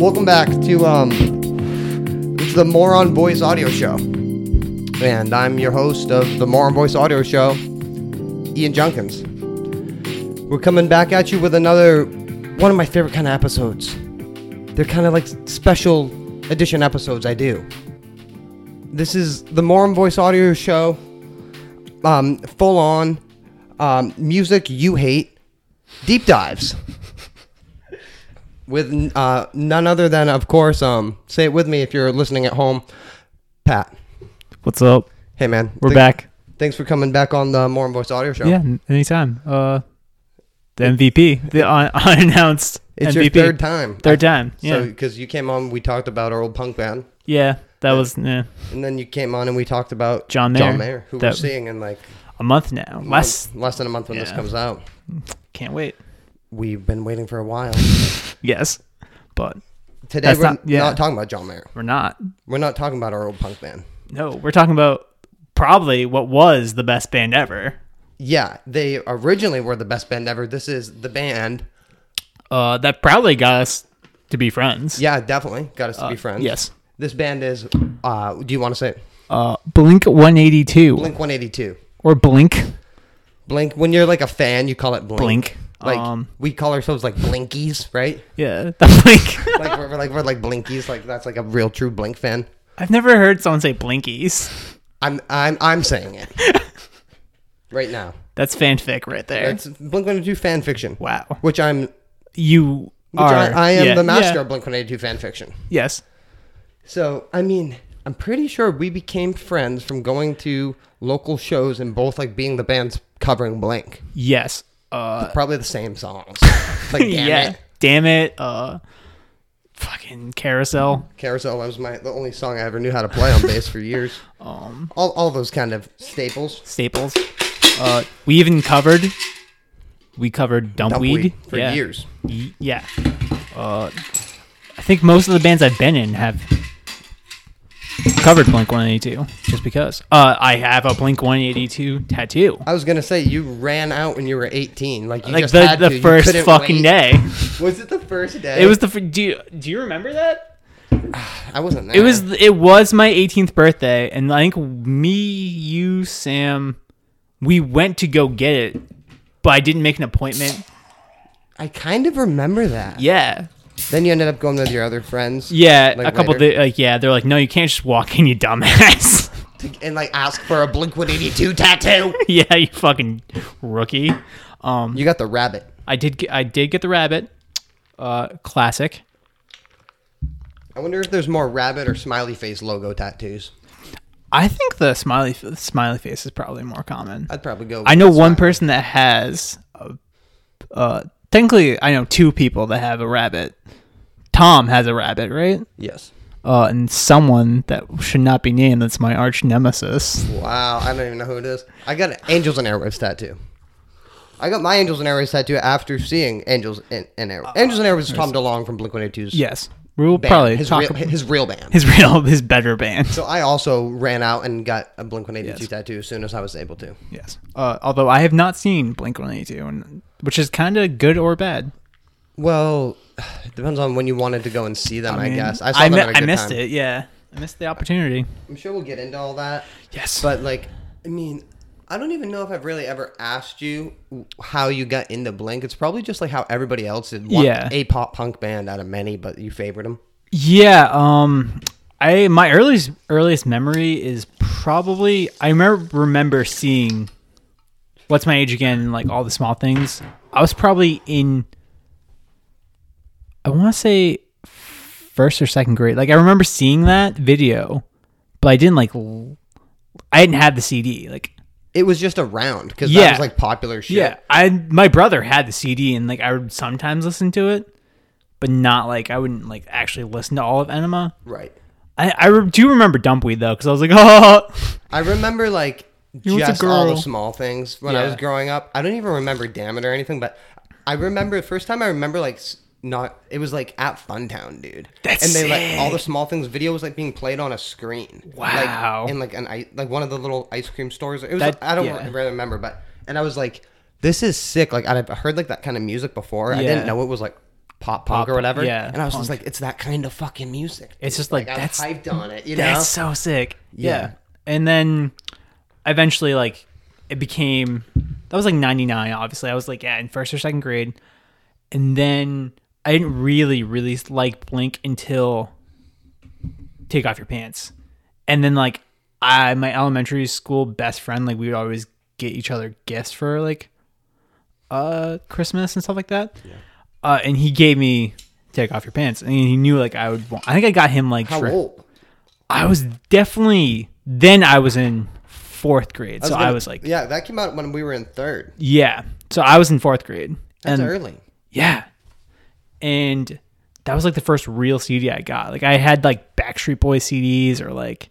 Welcome back to um, it's the Moron Boys Audio Show, and I'm your host of the Moron Boys Audio Show, Ian Junkins. We're coming back at you with another one of my favorite kind of episodes. They're kind of like special edition episodes I do. This is the Moron Voice Audio Show, um, full on um, music you hate, deep dives with uh, none other than, of course, um, say it with me if you're listening at home, Pat. What's up? Hey man, We're Th- back. Thanks for coming back on the Moron Voice Audio Show. Yeah, n- anytime. Uh, the MVP, the un- unannounced it's MVP. your third time. Third time. Yeah, So because you came on, we talked about our old punk band, yeah. That was yeah, and then you came on and we talked about John Mayer. John Mayer, who we're That- seeing in like a month now. Less. month- less than a month when this Yeah. comes out. Can't wait. We've been waiting for a while. Yes, but Today That's we're not, not- yeah. talking about John Mayer. we're not. We're not talking about our old punk band. No, we're talking about probably what was the best band ever. Yeah, they originally were the best band ever. This is the band. Uh, that probably got us to be friends. Yeah, definitely got us to be friends. Uh, Yes. This band is. Uh, do you want to say it? Uh, Blink 182 Blink One Eighty Two? or Blink. Blink. When you're like a fan, you call it Blink. Blink. Like Um, we call ourselves like Blinkies, right? Yeah, the Blink. like we're, we're like we're like Blinkies. Like that's like a real true Blink fan. I've never heard someone say Blinkies. I'm I'm I'm saying it right now. That's fanfic right there. It's Blink One Eighty Two fan fiction. wow. Which I'm. Which you are. I, I am yeah, the master yeah, of Blink One Eighty Two fan fiction. Yes. So I mean, I'm pretty sure we became friends from going to local shows and both like being the bands covering Blink. Yes. Uh, Probably the same songs. Like damn yeah. it. Damn it. Uh, fucking carousel. Carousel was my the only song I ever knew how to play on bass for years. Um, All, all those kind of staples. staples. Uh, we even covered. We covered dumpweed Dumpweed for yeah. years. Y- yeah. Uh, I think most of the bands I've been in have covered Blink 182 just because. Uh, I have a Blink 182 tattoo. I was gonna say you ran out when you were 18, like you Like just the, had to. the You first couldn't fucking wait. day. Was it the first day? It was the. fir- Do you, do you remember that? I wasn't there. It was it was my 18th birthday, and I think me, you, Sam, we went to go get it, but I didn't make an appointment. I kind of remember that. Yeah, Then you ended up going with your other friends. yeah, Like a couple. later? Th- like yeah, they're like, no, you can't just walk in, you dumbass. to- and like ask for a Blink 182 tattoo. yeah, you fucking rookie. Um, You got the rabbit. I did get, I did get the rabbit, uh, classic. I wonder if there's more rabbit or smiley face logo tattoos. I think the smiley f- smiley face is probably more common. I'd probably go. I know with one smiley. person that has, a, uh, technically, I know two people that have a rabbit. Tom has a rabbit, right? Yes. Uh, and someone that should not be named that's my arch nemesis. Wow, I don't even know who it is. I got an angels and airwaves tattoo. I got my angels and airwaves tattoo after seeing angels and, and Uh, airwaves. angels and airwaves is Tom DeLonge from Blink 182's Yes, we will band, probably his talk real, about his real band. his real his better band. so I also ran out and got a Blink 182 Yes. tattoo as soon as I was able to. Yes. Uh, although I have not seen Blink One Eighty Two, and which is kind of good or bad. Well, it depends on when you wanted to go and see them, I, mean, guess. I saw them mi- at a good I missed time. it. Yeah, I missed the opportunity. I'm sure we'll get into all that. Yes. But like, I mean, I don't even know if I've really ever asked you how you got into Blink. It's probably just like how everybody else did. One, Yeah. A pop punk band out of many, but you favored them. Yeah, um I my earliest earliest memory is probably I remember remember seeing What's My Age Again and like all the small things. I was probably in I want to say first or second grade. Like I remember seeing that video, but I didn't like l- I didn't have the CD. Like It was just around because that Yeah. was like popular shit. yeah, I my brother had the CD and like I would sometimes listen to it, but not like I wouldn't like actually listen to all of Enema. Right. I, I re- do remember Dumpweed though, because I was like, oh, I remember like was a just all the girl. small things when I Yeah. was growing up. I don't even remember Damn It or anything, but I remember the first time I remember like s- not it was like at Funtown, dude. That's and they like sick. all the small things video was like being played on a screen. Wow. Like, in like an i- like one of the little ice cream stores. It was That- I don't yeah. really remember, but and I was like, this is sick. Like I'd I'd heard like that kind of music before. I didn't Yeah. know it was like pop punk Pop, or whatever. yeah, And I was just punk. like, it's that kind of fucking music. It's just like, I was that's hyped on it. You know. that's so sick. Yeah. Yeah. And then eventually like it became that was like 99 obviously. I was like yeah, in first or second grade. And then I didn't really really like Blink until Take Off Your Pants. And then like I my elementary school best friend like we would always get each other gifts for like uh Christmas and stuff like that. Yeah. Uh, and he gave me Take Off Your Pants and he knew like I would want I think I got him like How for- old? I was definitely then I was in fourth grade, so I gonna- was like, yeah. yeah, that came out when we were in third. So I was in fourth grade, That's and early. yeah, and that was like the first real CD I got. Like I had like Backstreet Boys CDs or like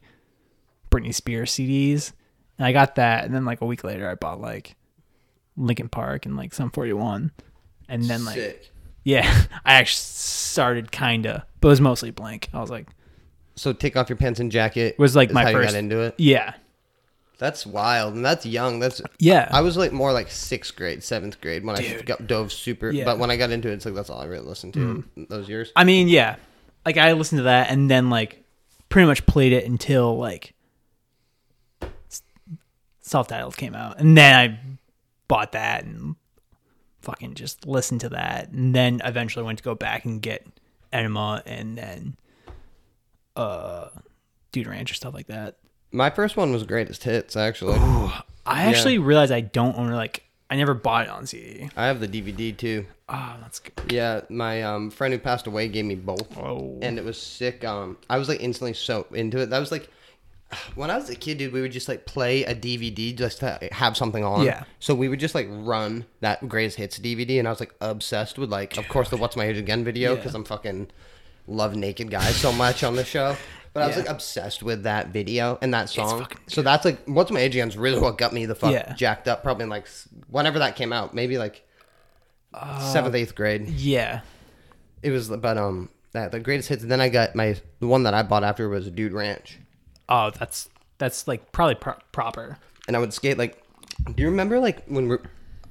Britney Spears CDs, and I got that. And then like a week later, I bought like Linkin Park and like some Forty One, and then like Sick. yeah, I actually started kinda, but it was mostly blank. I was like, So take off your pants and jacket was like is my how first You got into it. yeah, That's wild, and that's young. That's yeah. I was like more like sixth grade, seventh grade when I Dude. got, dove super. Yeah. Mm. But when I got into it, it's like that's all I really listened to those years. I mean, yeah. Like I listened to that and then like pretty much played it until like self titled came out. And then I bought that and fucking just listened to that. And then eventually went to go back and get Enema and then uh Dude Ranch or stuff like that. My first one was greatest hits actually. I actually realized I don't own like I never bought it on CD. I have the DVD too. Oh, that's good. Yeah, my um, friend who passed away gave me both, Oh. and it was sick. Um, I was like instantly so into it. That was like when I was a kid, dude. We would just like play a DVD just to have something on. Yeah. So we would just like run that greatest hits DVD, and I was like obsessed with like, of course, the What's My Age Again video Yeah. because I'm fucking love naked guys so much on the show. But I was Yeah. like obsessed with that video and that song. fucking So that's like What's My Age Again's really what got me the fuck Yeah. jacked up. Probably in like s- whenever that came out, maybe like Uh, seventh, eighth grade Yeah. it was about um that the greatest hits. And then I got my the one that I bought after was Dude Ranch, Oh, that's that's like probably pro- proper. and I would skate like. Do you remember like when we're?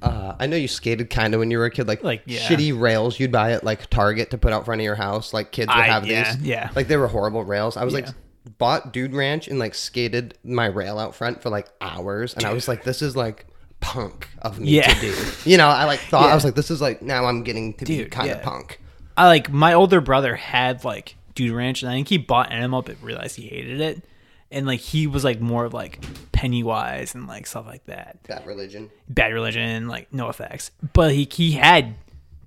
Uh, I know you skated kind of when you were a kid, like Like, yeah. shitty rails you'd buy at like Target to put out front of your house. Like kids would I- have yeah, these, yeah. Like they were horrible rails. I was Yeah. like bought Dude Ranch and like skated my rail out front for like hours, and I was like, this is like punk of me Yeah. to do. You know, I like thought I was like, this is like now I'm getting to be Dude, kind of yeah. punk. I like my older brother had like Dude Ranch, and I think he bought Animal, but realized he hated it. And like he was like more of like Pennywise and like stuff like that, That religion. Bad Religion, like No Effects. But he he had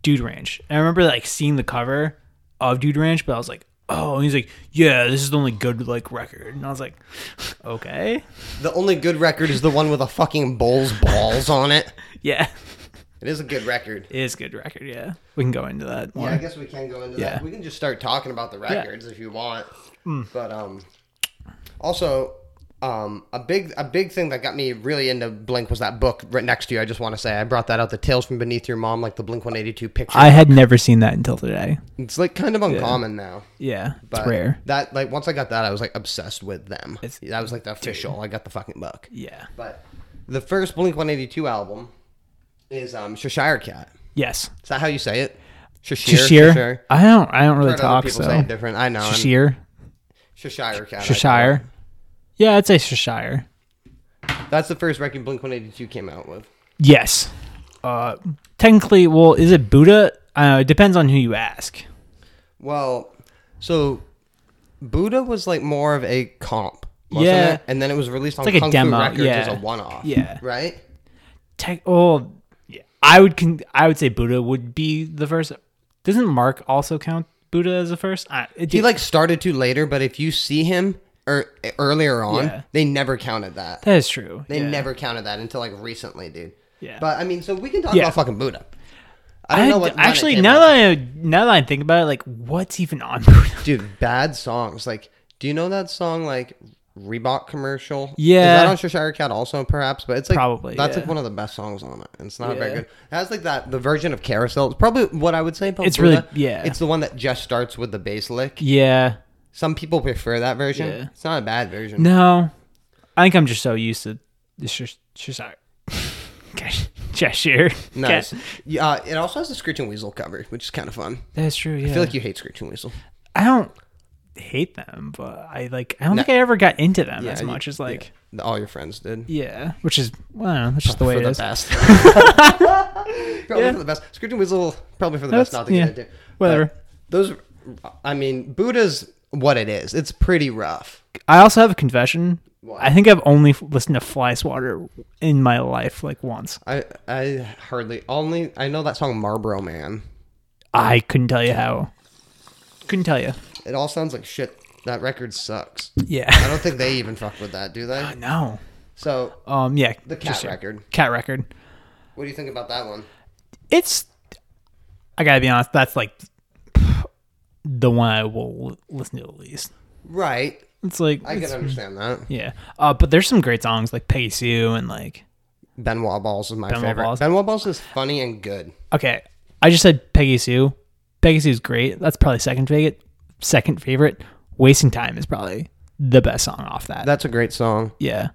Dude Ranch. And I remember like seeing the cover of Dude Ranch, but I was like, oh, and he's like, yeah, this is the only good like record. And I was like, okay, The only good record is the one with a fucking bull's balls on it. yeah, It is a good record. it is a good record. Yeah, we can go into that more. Yeah, I guess we can go into Yeah. that. We can just start talking about the records if you want. But um, also, um, a big a big thing that got me really into Blink was that book right next to you. I just want to say I brought that out, the Tales from Beneath Your Mom, like the Blink One Eighty Two picture. I had never seen that until today. it's like kind of uncommon now. Yeah, it's But rare. That like once I got that, I was like obsessed with them. It's- that was like the official. I got the fucking book. Yeah. But the first Blink One Eighty Two album is um Cheshire Cat. Yes. Is that how you say it? Cheshire. Cheshire. I don't. I don't really Heard other talk people say uh, so. it different. I know. I'm- Cheshire. Cheshire Cat. I call Cheshire. Yeah, I'd say Cheshire. it. That's the first record Blink 182 came out with. Yes. Uh, technically, well, is it Buddha? Uh, it depends on who you ask. Well, so Buddha was like more of a comp, wasn't Yeah. it? And then it was released on like a Kung demo, Fu Records as a yeah. one-off. Yeah. Right? Tech. Oh, yeah. I would. Con- I would say Buddha would be the first. Doesn't Mark also count Buddha as the first? I, it, He like started to later, but if you see him or earlier on, Yeah. they never counted that. that is true. They yeah. never counted that until like recently, dude. Yeah. But I mean, so we can talk Yeah. about fucking Buddha. I I don't know what when it actually came now out. that I now that I think about it, like what's even on Buddha? Dude, bad songs. Like, do you know that song like Reebok commercial? Is Yeah. that on Cheshire Cat also perhaps? But it's like Probably, that's yeah. like one of the best songs on it. and It's not very Yeah. good. It has like that the version of Carousel. It's probably what I would say about It's really- Buddha. yeah. It's the one that just starts with the bass lick. Yeah. Some people prefer that version. Yeah. It's not a bad version. No, I think I'm just so used to this. Sh- sh- sorry. Okay. Cheshire. Nice. Cat. Yeah, Uh, it also has the Screeching Weasel cover, which is kind of fun. That's true. Yeah. I feel like you hate Screeching Weasel. I don't hate them, but I like. I don't No. think I ever got into them Yeah, as you- much as like. yeah. all your friends did. Yeah. Which is well, I don't know, that's just the way for it the is. best. probably for the best. Screeching Weasel, probably for the best. That's- Not to yeah. get into Whatever. But Those, I mean, Buddha's what it is. It's pretty rough. I also have a confession. I think I've only f- listened to Fly Swatter in my life like once. I I hardly only I know that song Marlboro Man. I couldn't tell you how. Couldn't tell you. It all sounds like shit. That record sucks. I Yeah. don't think they even fuck with that, do they? no. So Um. Yeah. the cat record. Cat record. What do you think about that one? It's. I gotta be honest. That's like the one I will l- listen to the least. Right. It's like I it's- can understand that. yeah. Uh. But there's some great songs like Peggy Sue and like. Benoit Balls is my Benoit favorite. Balls. Benoit Balls is funny and good. Okay. I just said Peggy Sue. Peggy Sue's great. That's probably second favorite. Second favorite. Wasting time is probably the best song off that. That's a great song. yeah.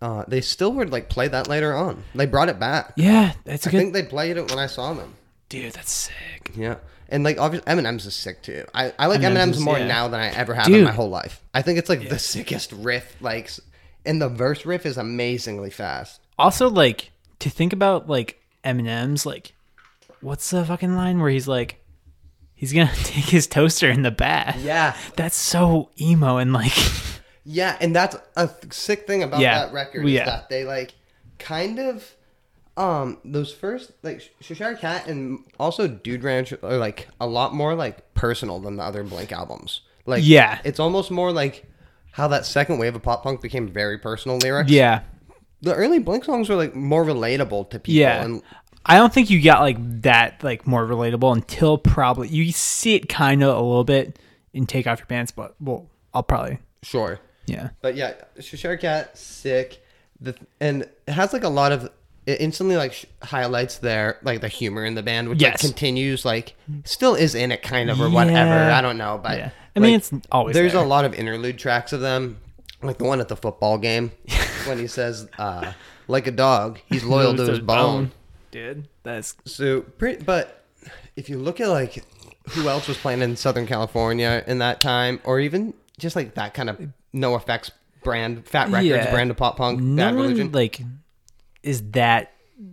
Uh, they still would like play that later on. They brought it back. Yeah. That's a I good. think they played it when I saw them. dude, that's sick. Yeah. And like obviously Eminem's is sick too. I, I like Eminem's Eminem's, is- more yeah. now than I ever have in Dude. my whole life. I think it's like the sickest riff. Like, s- and the verse riff is amazingly fast. Also, like to think about like Eminem's like, what's the fucking line where he's like, he's gonna take his toaster in the bath. Yeah. That's so emo and like, Yeah, and that's a th- sick thing about Yeah. that record Yeah. is that they like kind of um those first like Cheshire Cat and also Dude Ranch are like a lot more like personal than the other Blink albums. Like Yeah. it's almost more like how that second wave of pop punk became very personal lyrics. yeah, the early Blink songs were like more relatable to people. yeah. and I don't think you got like that like more relatable until probably you see it kind of a little bit in Take Off Your Pants, but well, I'll probably sure. yeah. But yeah, Cheshire Cat, sick. The, and it has like a lot of it instantly like sh- highlights their like the humor in the band, which like Yes. continues like still is in it kind of or whatever. Yeah. I don't know, but Yeah. I mean, it's always there's there. a lot of interlude tracks of them, like the one at the football game when he says, uh, "Like a dog, he's loyal to his bone. dude. That's So, pretty, but if you look at like who else was playing in Southern California in that time, or even just like that kind of no effects brand, Fat Records Yeah. brand of pop punk, no Bad one Religion. like is that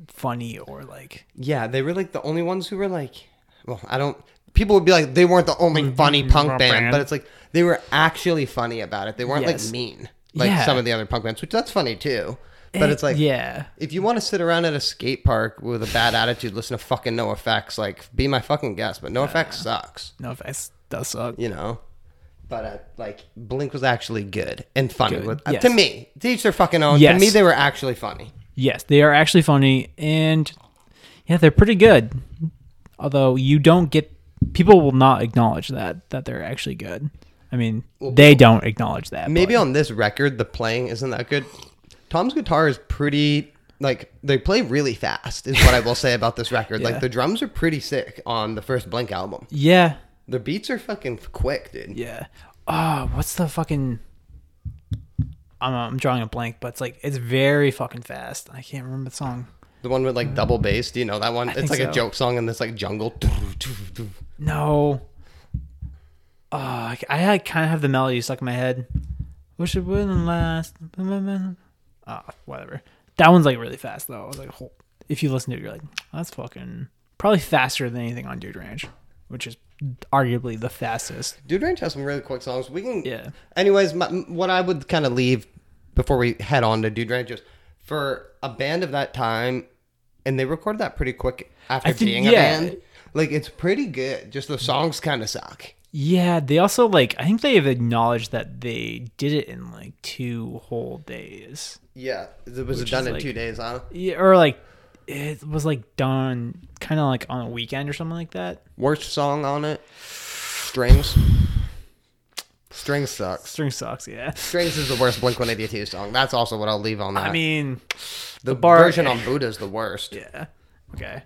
funny or like yeah, they were like the only ones who were like, well, I don't. People would be like, they weren't the Mm-hmm. only funny punk Punk band, band. but it's like they were actually funny about it. They weren't Yes. like mean like Yeah. Eh, some of the other punk bands, which that's funny too. But it's like, yeah. if you want to sit around at a skate park with a bad attitude, listen to fucking No Effects. Like, be my fucking guest, but No Effects sucks. No offense, does suck. you know. But uh, like Blink was actually good and funny. Good, With, uh, yes. To me, to each their fucking own. To Yes. me, they were actually funny. Yes, they are actually funny, and yeah, they're pretty good. Although you don't get people will not acknowledge that that they're actually good. I mean, they don't acknowledge that. Maybe but- on this record, the playing isn't that good. Tom's guitar is pretty. Like they play really fast is what I will say about this record. Yeah. Like the drums are pretty sick on the first Blink album. yeah, The beats are fucking quick, dude. yeah. Oh, what's the fucking? I'm I'm drawing a blank, but it's like it's very fucking fast. I can't remember the song. The one with like double bass, do you know that one? It's think like so. a joke song in this like jungle. No. Oh, I, I kind of have the melody stuck in my head. Wish it wouldn't last. Ah, whatever. That one's like really fast though. I was like, hol- if you listen to it, you're like, that's fucking probably faster than anything on Dude Ranch, which is arguably the fastest. Dude Ranch has some really quick songs. We can. Yeah. Anyways, my, what I would kind of leave before we head on to Dude Ranch is for a band of that time, and they recorded that pretty quick after I think- being a yeah. band. Like it's pretty good. Just the songs kind of suck. Yeah, they also like I think they have acknowledged that they did it in like two whole days. Yeah, it was Which done is in like- two days. Huh? Yeah, or like it was like done kind of like on a weekend or something like that. Worst song on it. Strings. Strings sucks. String sucks, yeah. Strings is the worst Blink One Eighty Two song. That's also what I'll leave on that. I mean, the, bar- version on Buddha is the worst. yeah. Okay.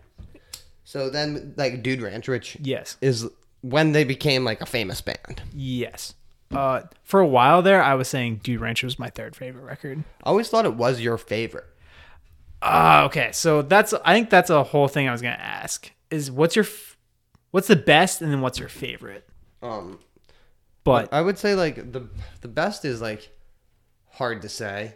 So then, like Dude Ranch, which Yes. is when they became like a famous band. Yes. Uh, for a while there, I was saying Dude Ranch was my third favorite record. I always thought it was your favorite. Ah, okay. So that's I think that's a whole thing I was gonna ask is what's your f- what's the best and then what's your favorite? Um, But I would say like the the best is like hard to say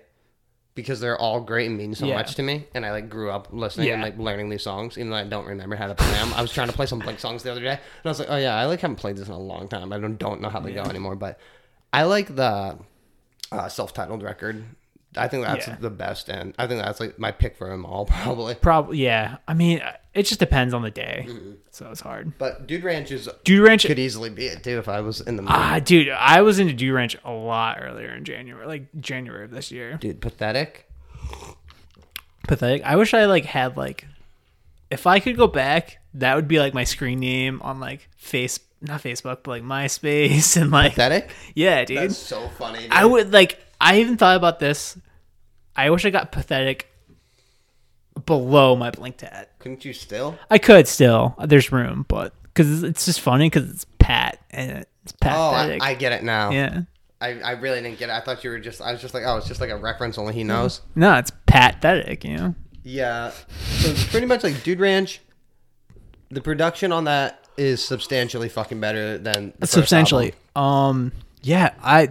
because they're all great and mean so Yeah. much to me, and I like grew up listening and Yeah. like learning these songs, even though I don't remember how to play them. I was trying to play some Blink songs the other day, and I was like, oh yeah, I like haven't played this in a long time. I don't don't know how they go anymore, but I like the uh, self titled record. I think that's Yeah. the best, and I think that's like my pick for them all probably. probably yeah. I mean, it just depends on the day, so it's hard. But Dude Ranch is Dude Ranch. could easily be it too if I was in the mood. Ah, dude, I was into Dude Ranch a lot earlier in January, like January of this year. Dude, pathetic. Pathetic. I wish I like had like, if I could go back, that would be like my screen name on like face, not Facebook, but like MySpace and like Pathetic? yeah, dude. That's so funny. dude. I would like. I even thought about this. I wish I got pathetic below my blink tat. Couldn't you still? I could still. There's room, but because it's just funny because it's Pat and it's Oh, I, pathetic. I get it now. yeah. I, I really didn't get it. I thought you were just. I was just like, oh, it's just like a reference. Only he Mm-hmm. knows. No, it's pathetic. You know. Yeah. So it's pretty much like Dude Ranch. The production on that is substantially fucking better than the first substantially. album. Um, yeah, I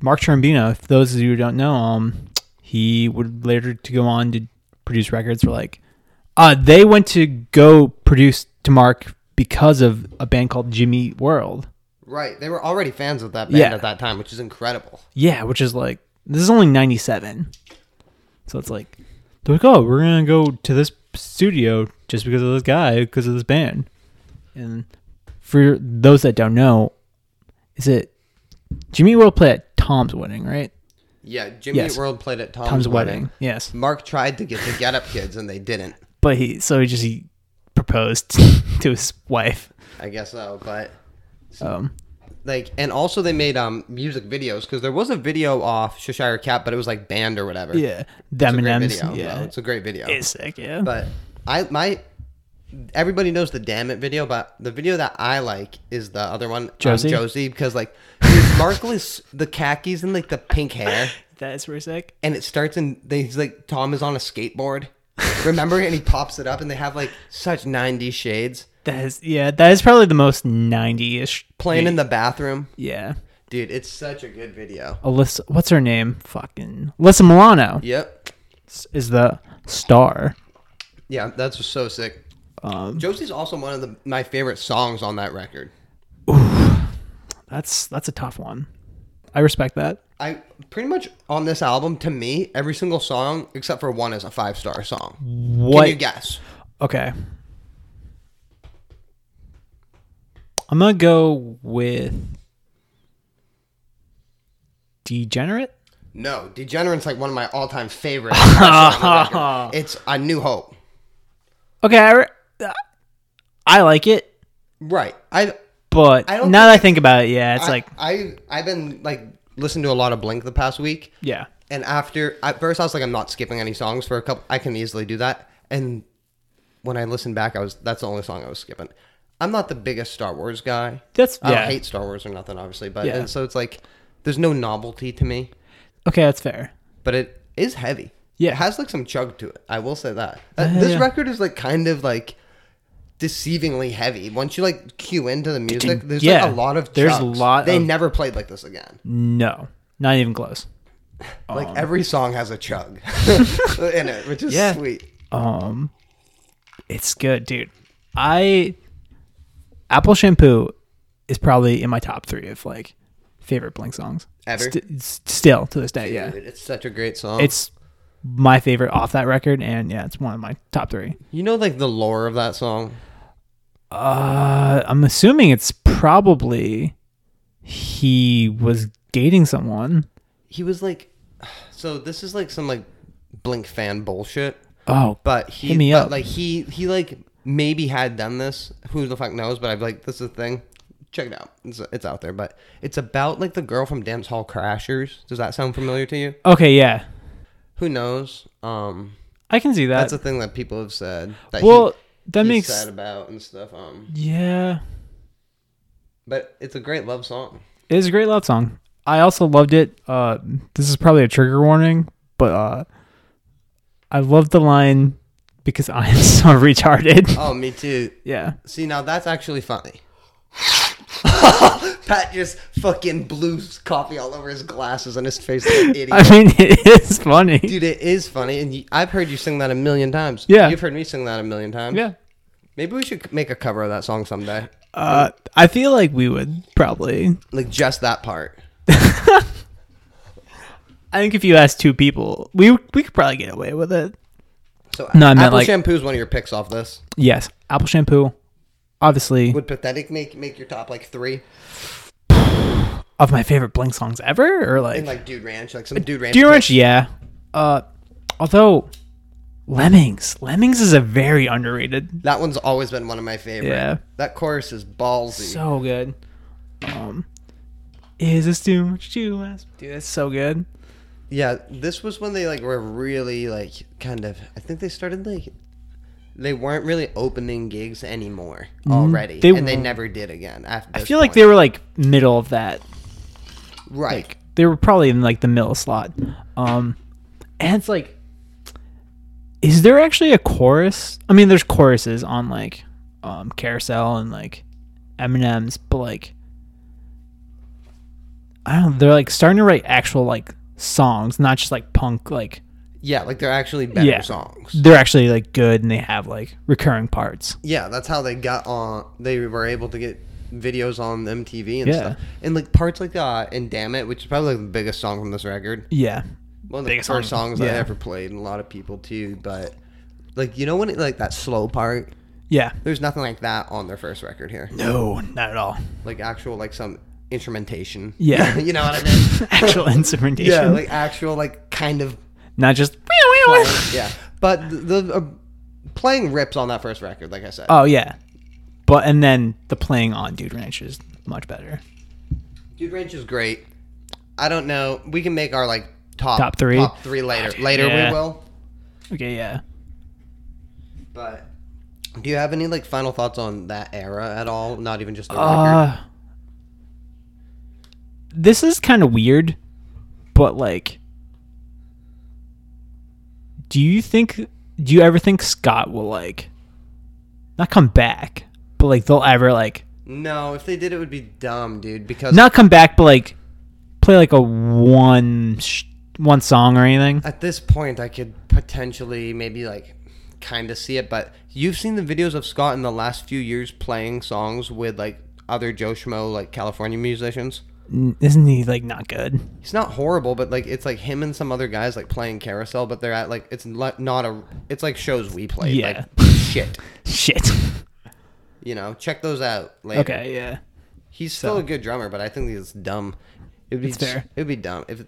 Mark Trombino. If those of you who don't know, um, he would later to go on to produce records for like, uh, they went to go produce to Mark because of a band called Jimmy World. Right. They were already fans of that band Yeah. at that time, which is incredible. Yeah, which is like this is only ninety seven, so it's like they're like, oh, we're gonna go to this studio just because of this guy, because of this band. And for those that don't know, is it Jimmy World played at Tom's wedding, right? Yeah. Jimmy Yes. Eat World played at Tom's, Tom's wedding. wedding, yes. Mark tried to get the Get Up Kids, and they didn't. But he so he just he proposed to his wife. I guess so, but Um, like, and also they made um music videos because there was a video off Cheshire Cat, but it was like band or whatever. yeah, It's a them and great them. video. Yeah, Yeah, it's a great video. it's sick. Yeah, but I my everybody knows the damn it video, but the video that I like is the other one, um, Josie? Josie, because like dude, Mark was the khakis and like the pink hair, that is pretty sick. and it starts and they he's like Tom is on a skateboard. Remember, and he pops it up, and they have like such '90s shades That is yeah, that is probably the most ninety ish playing in the bathroom. Yeah. Dude, it's such a good video. Alyssa, what's her name? Fucking Alyssa Milano Yep. s- is the star. Yeah, that's so sick. Um, Josie's also one of the, my favorite songs on that record. That's that's a tough one. I respect that. I pretty much on this album, to me, every single song except for one is a five star song. What? Can you guess? okay. I'm gonna go with Degenerate. No, Degenerate's like one of my all time favorites. it's A New Hope. Okay, I, re- I like it, Right. I but I now don't that I think about it, yeah, it's I, like I I've been like listening to a lot of Blink the past week, yeah, and after at first I was like I'm not skipping any songs for a couple. I can easily do that, and when I listened back, I was that's the only song I was skipping. I'm not the biggest Star Wars guy. that's I yeah. don't hate Star Wars or nothing, obviously, but Yeah. and so it's like there's no novelty to me. okay, that's fair. but it is heavy. Yeah. it has like some chug to it. I will say that. Uh, this yeah. record is like kind of like deceivingly heavy. Once you like cue into the music, there's Yeah. like a lot of There's a chugs. lot They of- never played like this again. No, not even close. Like every song has a chug in it, which is Yeah. sweet. Um, it's good, dude. I Apple Shampoo is probably in my top three of like favorite Blink songs Ever? Oh. St- s- still to this day, yeah. Dude, it's such a great song. It's my favorite off that record, and yeah, it's one of my top three. you know like the lore of that song. Uh, I'm assuming it's probably he was dating someone. He was like, so this is like some like Blink fan bullshit. Oh, But he, Hit me but, up. like he, he like maybe had done this. Who the fuck knows? But I've like this is the thing. Check it out. It's, it's out there. But it's about like the girl from Dance Hall Crashers. Does that sound familiar to you? okay, yeah, Who knows? Um, I can see that. that's a thing that people have said. That well, he, that he's makes sad about and stuff. Um, yeah. but it's a great love song. It is a great love song. I also loved it. Uh, this is probably a trigger warning, but uh, I love the line because I am so retarded. Oh, me too. Yeah. See, now that's actually funny. Pat just fucking blew coffee all over his glasses and his face like an idiot. I mean, it is funny. Dude, it is funny, and you, I've heard you sing that a million times. Yeah. you've heard me sing that a million times. Yeah. maybe we should make a cover of that song someday, Uh, I feel like we would probably. like just that part. I think if you ask two people, we we could probably get away with it. So No, I meant, apple like- shampoo is one of your picks off this. Yes. Apple shampoo. Obviously, Would pathetic make make your top like three? of my favorite Blink songs ever, or like, And like Dude Ranch, like some Dude Ranch. Do you pick. remember? Yeah. Uh, although Lemmings, Lemmings is a very underrated. That one's always been one of my favorite. Yeah. That chorus is ballsy. So good. Um, is this too much to ask? Dude, that's so good. yeah, this was when they like were really like kind of. I think they started like they weren't really opening gigs anymore already, Mm-hmm. They and they weren't. never did again. After I feel like they were like middle of that. right. They were probably in like the middle slot. Um, and it's like, is there actually a chorus? I mean, there's choruses on like, um, Carousel and like M&M's, but like, I don't know. They're like starting to write actual like songs, not just like punk. Like yeah, like they're actually better Yeah. songs. they're actually like good and they have like recurring parts. Yeah, that's how they got on. They were able to get videos on MTV and Yeah. stuff. And like parts like uh, and "Damn It," which is probably the biggest song from this record. Yeah. One of the Biggest first song, songs I yeah. ever played, and a lot of people too. But like, you know when it like that slow part? Yeah. There's nothing like that on their first record here. No, not at all. Like actual like some instrumentation. Yeah. you know what I mean? Actual instrumentation. yeah, like actual like kind of not just. yeah. But the, the uh, playing rips on that first record, like I said. Oh yeah, but and then the playing on Dude Ranch is much better. Dude Ranch is great. I don't know. We can make our like top Top three? top three later. later yeah. we will. Okay, yeah. But do you have any like final thoughts on that era at all? Not even just the record. Uh, this is kind of weird, but like, do you think? Do you ever think Scott will like, not come back, but like they'll ever like No, if they did, it would be dumb, dude. Because not come back, but like play like a one sh- one song or anything? at this point, I could potentially maybe like kind of see it. But you've seen the videos of Scott in the last few years playing songs with like other Joe Schmo like California musicians. N- Isn't he like not good? He's not horrible, but like it's like him and some other guys like playing carousel, but they're at like it's le- not a it's like shows we played. Yeah. Like shit. Shit. You know, check those out later. okay, yeah. He's still a good drummer, but I think he's dumb. It'd be It's fair. It'd be dumb if.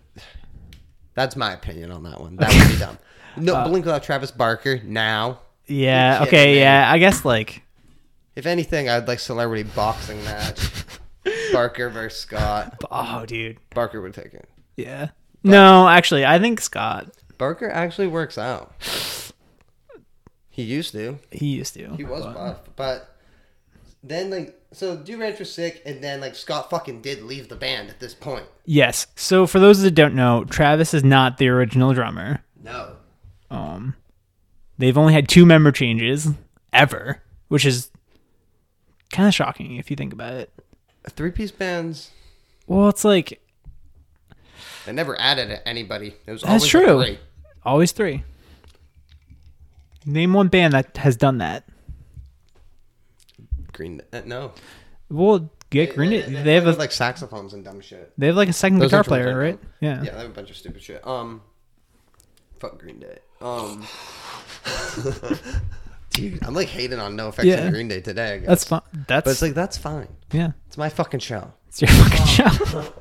That's my opinion on that one. That would be dumb. No, Uh, Blink without Travis Barker now. Yeah. You're kidding Okay. me. Yeah. I guess like If anything, I'd like celebrity boxing match. Barker versus Scott. oh, dude. Barker would take it. Yeah. No, actually, I think Scott. Barker actually works out. He used to. He used to. He was buff, but then like so, Do Ranch was sick, and then like Scott fucking did leave the band at this point. Yes. So for those that don't know, Travis is not the original drummer. No, Um, they've only had two member changes ever, which is kind of shocking if you think about it. three piece bands. Well, it's like They never added anybody. It was That's always true. A three. always three. Name one band that has done that. Green. Uh, no, Well, get Green Day. They played have with, a like saxophones and dumb shit. they have like a second Those guitar instruments player, are right? dumb. Yeah. Yeah, they have a bunch of stupid shit. Um, fuck Green Day. Um, dude, I'm like hating on No Effects Yeah. and Green Day today. I guess. That's fine. That's but it's like that's fine. yeah. It's my fucking show, It's your fucking show.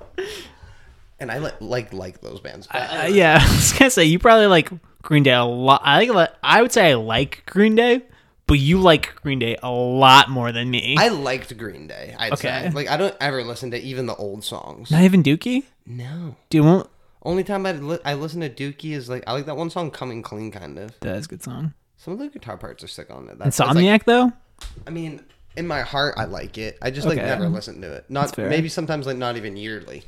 and I li- like like those bands. Uh, yeah, I was gonna say you probably like Green Day a lot. I like. I would say I like Green Day, but you like Green Day a lot more than me. I liked Green Day. I'd Okay. say. Like I don't ever listen to even the old songs. Not even Dookie. No. Do won't. Only time I li- I listen to Dookie is like I like that one song "Coming Clean" kind of. That is a good song. Some of the guitar parts are sick on it. That's, that's, Insomniac though. like, I mean, in my heart, I like it. I just like Okay. never listen to it. Not fair. maybe sometimes like not even yearly.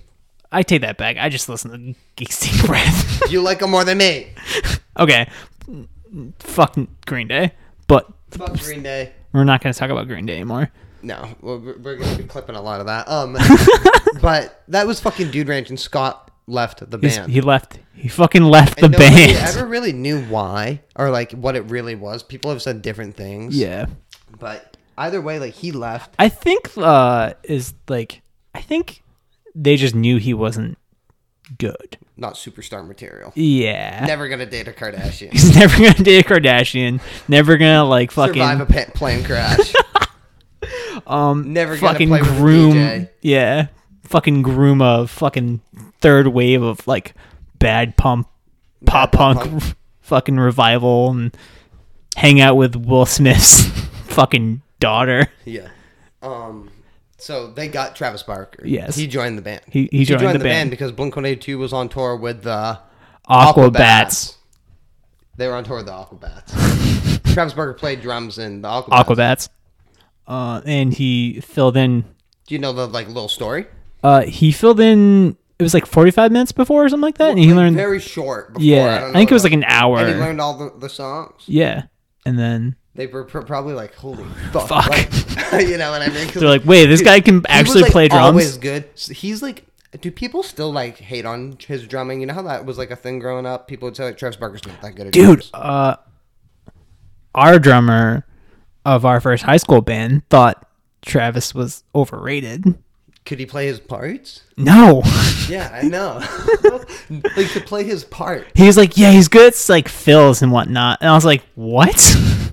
I take that back. I just listen to Geeks Take a Breath. You like them more than me. okay, fucking Green Day, but Fuck Green Day. we're not going to talk about Green Day anymore. No, we're, we're gonna be clipping a lot of that. Um, but that was fucking Dude Ranch, and Scott left the He's, band. he left. He fucking left the And nobody band. ever really knew why or like what it really was. People have said different things. yeah. but either way, like he left. I think uh is like I think they just knew he wasn't good. Not superstar material. Yeah. Never gonna date a Kardashian. He's never gonna date a Kardashian. Never gonna like fucking Survive a pa- plane crash. um, never gonna fucking play with a groom. DJ. Yeah. Fucking groom a fucking third wave of like bad pump pop pop punk fucking revival and hang out with Will Smith's fucking daughter. Yeah. Um. So they got Travis Barker. Yes. He joined the band. He- he joined the band. because Blink One Eighty Two was on tour with the Aquabats. They were on tour with the Aquabats. Travis Barker played drums in the Aquabats. Aquabats. Uh, and he filled in. Do you know the like little story? Uh, he filled in. It was like forty-five minutes before or something like that, and he learned. Very short. Before. yeah, don't I, know think it was what like an hour. And he learned all the, the songs. yeah, and then They were pr- probably like, "Holy fuck!" Fuck. like- you know what I mean? 'Cause they're like, "Wait, this guy can he was, actually like, play drums." Always good. S- He's like, do people still like hate on his drumming? You know how that was like a thing growing up. People would say like Travis Barker's not that good at Dude, drums. uh, our drummer of our first high school band thought Travis was overrated. Could he play his parts? No, Yeah, I know. like to play his part. he was like, "Yeah, he's good. It's like fills and whatnot," and I was like, "What?"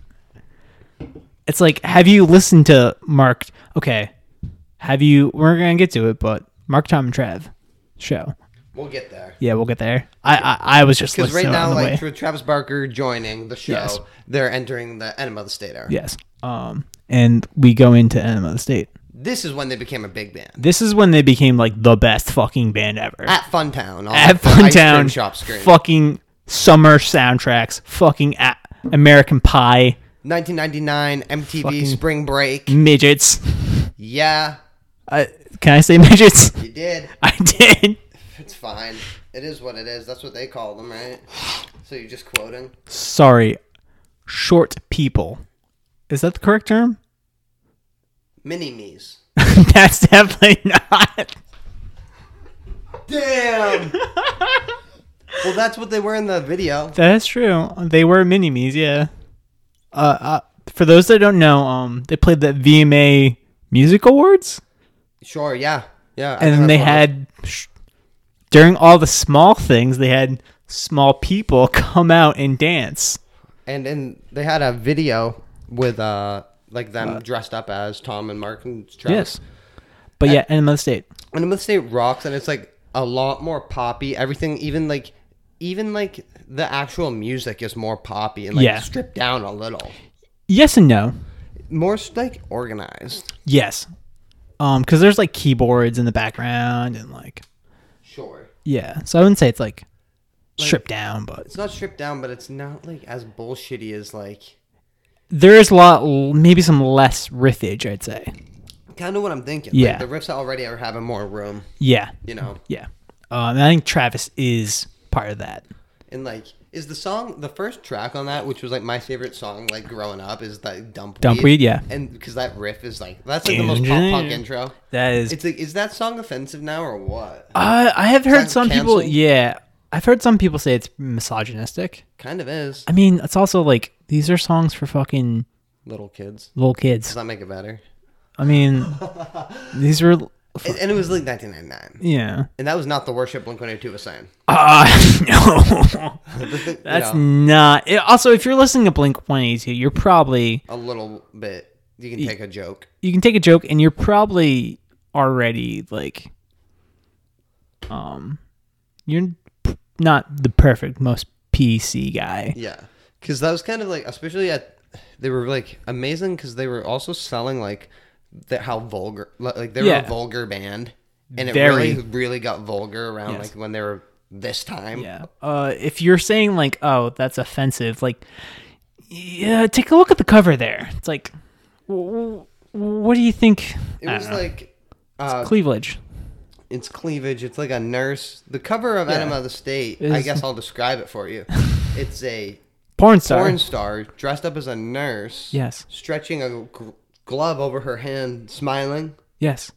It's like, have you listened to Mark? Okay, have you? We're gonna get to it, but Mark, Tom, and Trev show. We'll get there. Yeah, we'll get there. I I, I was just Because listening right on now, the way. like with Travis Barker joining the show, Yes. they're entering the Enema of the State era. yes, um, and we go into Enema of the State. This is when they became a big band. This is when they became like the best fucking band ever. At Funtown. on At the ice cream Funtown, Shop screen. fucking summer soundtracks, fucking a American Pie, 1999, MTV, Spring Break. midgets. Yeah, Uh, can I say midgets? you did. I did. It's fine. It is what it is. That's what they call them, right? So you're just quoting. Sorry, short people. Is that the correct term? Mini me's. That's definitely not. Damn! well, that's what they were in the video. That's true. They were mini me's, yeah. Uh, uh, for those that don't know, um, they played the VMA Music Awards, Sure, yeah. Yeah. I and know then they that's what it had sh- during all the small things, they had small people come out and dance. was. And and they had a video with uh like them dressed up as Tom and Mark and Travis. but yeah, and another state. And I'm gonna say rocks, and it's like a lot more poppy. Everything, even like, even like the actual music is more poppy and like Yeah. stripped down a little, Yes and no. more like organized. Yes, um, because there's like keyboards in the background and like Sure, yeah. So I wouldn't say it's like stripped down, but it's not stripped down, but it's not like as bullshitty as like there is a lot, maybe some less riffage, I'd say. kind of what I'm thinking. Yeah. like, the riffs already are having more room, Yeah, you know. Yeah. Um, I think Travis is part of that. And like, is the song the first track on that, which was like my favorite song, like growing up, is that dump Dumpweed, yeah. and because that riff is like that's like the most pop punk intro. That is. It's like, is that song offensive now or what? uh, I have heard Is that some people. canceled? Yeah, I've heard some people say it's misogynistic. Kind of is. I mean, it's also like these are songs for fucking Little kids. little Does kids. that make it better? I mean, these were. And, and it was like 1999. Yeah. And that was not the worship Blink 182 was saying. Uh, no. That's You know, not. It, also, if you're listening to Blink 182, you're probably. a little bit. You can take a joke. You can take a joke and you're probably already like. Um, You're p- not the perfect, most PC guy. Yeah. Because that was kind of like, especially at, they were like amazing because they were also selling like the, how vulgar, li- like they were Yeah. a vulgar band. And it Very. really, really got vulgar around Yes. like when they were this time. Yeah. Uh, if you're saying like, oh, that's offensive, like, yeah, take a look at the cover there. It's like, w- w- what do you think? It I was don't know. like, uh, cleavage. it's cleavage. It's like a nurse. The cover of Enema of the State, I is- guess I'll describe it for you. It's a Porn star. porn star dressed up as a nurse, Yes. stretching a gl- glove over her hand, smiling, Yes.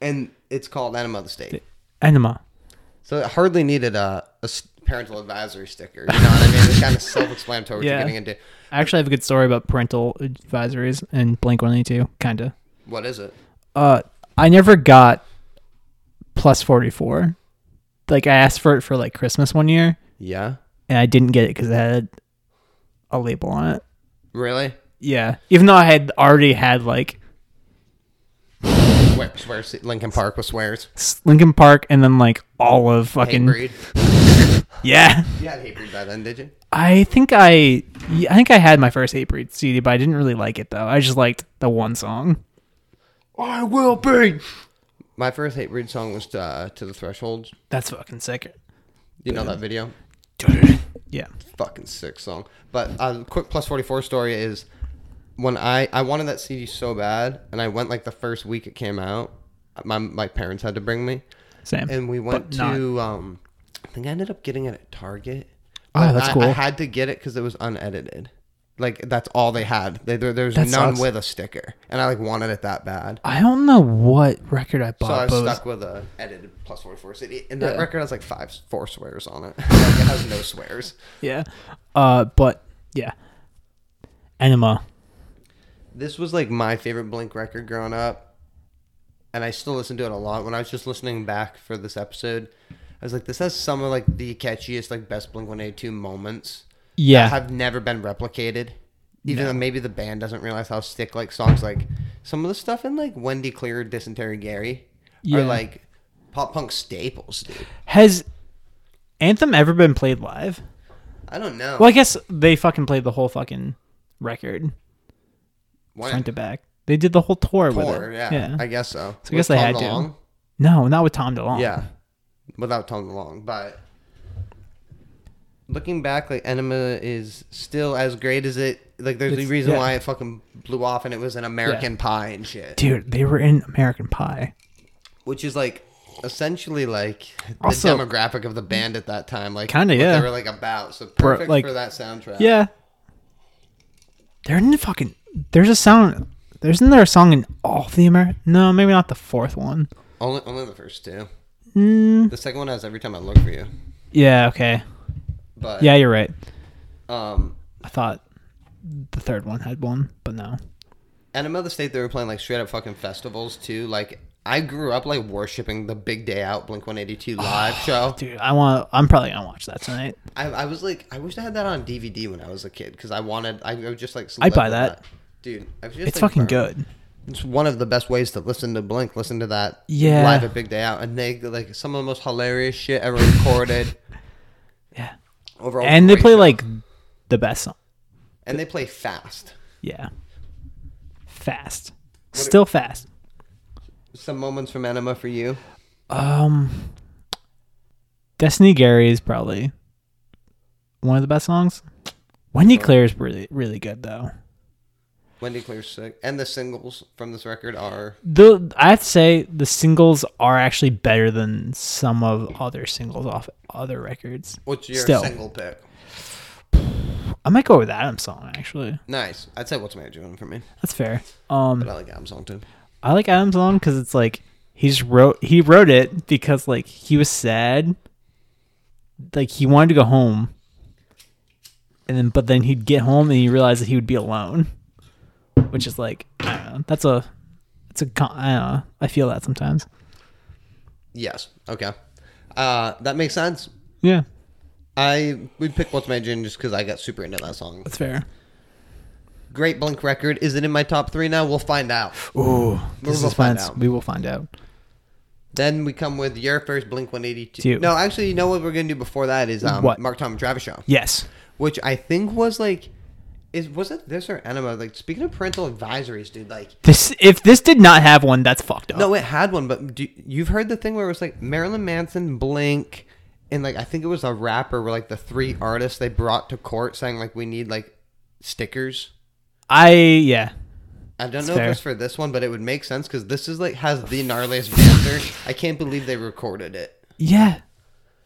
and it's called Enema of the State. Enema. So it hardly needed a, a s- parental advisory sticker. You know what I mean? It's kind of self-explanatory what Yeah. you're getting into. I actually have a good story about parental advisories and Blink 182, kind of. What is it? Uh, I never got plus 44. Like, I asked for it for like Christmas one year, Yeah. and I didn't get it because it had a label on it. Really? Yeah. Even though I had already had like Swear, swear, Lincoln Park with swears. Lincoln Park and then like all of Hate fucking. breed. Yeah. You had hate breed by then, did you? I think I I think I had my first Hate Breed CD, but I didn't really like it though. I just liked the one song. I will be. My first hate breed song was uh, "To the Threshold." That's fucking sick. You know that video? Yeah. Fucking sick song. But a uh, quick plus forty four story is when I I wanted that CD so bad, and I went like the first week it came out. My my parents had to bring me, Same. and we went But not- to um. I think I ended up getting it at Target. Oh, But that's I, I cool. had to get it because it was unedited. Like that's all they had. They, there, there's That none sucks. with a sticker, and I like wanted it that bad. I don't know what record I So I was bought, but it was- stuck with a edited plus forty four CD, and that record has like five, four swears on it. like, it has no swears. yeah. Uh, but yeah, Enema. This was like my favorite Blink record growing up, and I still listen to it a lot. When I was just listening back for this episode, I was like, "This has some of like the catchiest, like best Blink One Eighty Two moments Yeah. have never been replicated." Even though maybe the band doesn't realize how stick like songs like some of the stuff in like Wendy Clear, Dysentery Gary Yeah. are like pop punk staples, dude. Has Anthem ever been played live? I don't know. Well, I guess they fucking played the whole fucking record Oh, When? front to back. They did the whole tour, with Four, it. yeah, I guess so. I guess they had to. no, not with Tom DeLonge. Yeah, without Tom DeLonge. But looking back, like Enema is still as great as it. Like, there's a It's- reason yeah. why it fucking blew off, and it was an American Pie and shit, Dude, they were in American Pie. which is like essentially like the Also- demographic of the band at that time. Like, Kinda, what yeah. They were like about so perfect like- for that soundtrack. Yeah. They're in the fucking. There's a sound. There's not there a song in all of the Amer. No, maybe not the fourth one. Mm, only only the first two. The second one has every time I look for you. Yeah. Okay. But Yeah, you're right. um, I thought the third one had one, but no. And another state they were playing like straight up fucking festivals too. Like I grew up like worshiping the Big Day Out Blink One Eighty Two live show. Oh, Dude, I want. I'm probably gonna watch that tonight. I, I was like, I wish I had that on DVD when I was a kid because I wanted. I, I was just like, I'd buy living that. dude. I was just, It's like, fucking burned. good. It's one of the best ways to listen to Blink. Listen to that Yeah. live at Big Day Out, and they like some of the most hilarious shit ever recorded. Yeah. Overall, And they great play show. like the best song. and they play fast. Yeah. Fast. Still fast. Some moments from Enema for you. Um. Destiny Gary is probably one of the best songs. Wendy Claire is really really good though. Wendy Clear's sick, and the singles from this record are The I have to say the singles are actually better than some of other singles off other records. what's your Still. single pick? I might go with the Adam song actually. Nice. I'd say what's made you one for me. That's fair. Um, But I like Adam song too. I like Adam's song because it's like he just wrote he wrote it because like he was sad, like he wanted to go home, and then but then he'd get home and he realized that he would be alone, which is like I don't know. That's a it's a con- I don't know. I feel that sometimes. Yes. Okay. Uh, that makes sense. Yeah, I we picked what's made you one just because I got super into that song. that's fair. Great Blink record. Is it in my top three now? We'll find out. Ooh, will this is find suspense. out. We will find out. Then we come with your first Blink One Eighty Two. Two. No, actually, you know what we're gonna do before that is um, What? Mark Tom and Travis show, Yes. which I think was like, is was it this or Enema? Like speaking of parental advisories, dude. Like This if this did not have one, that's fucked up. No, it had one, but do, you've heard the thing where it was like Marilyn Manson, Blink, and like I think it was a rapper where like the three artists they brought to court saying like we need like stickers. I yeah. I don't know if fair. it's for this one, but it would make sense because this is like has the gnarliest banter. I can't believe they recorded it. Yeah.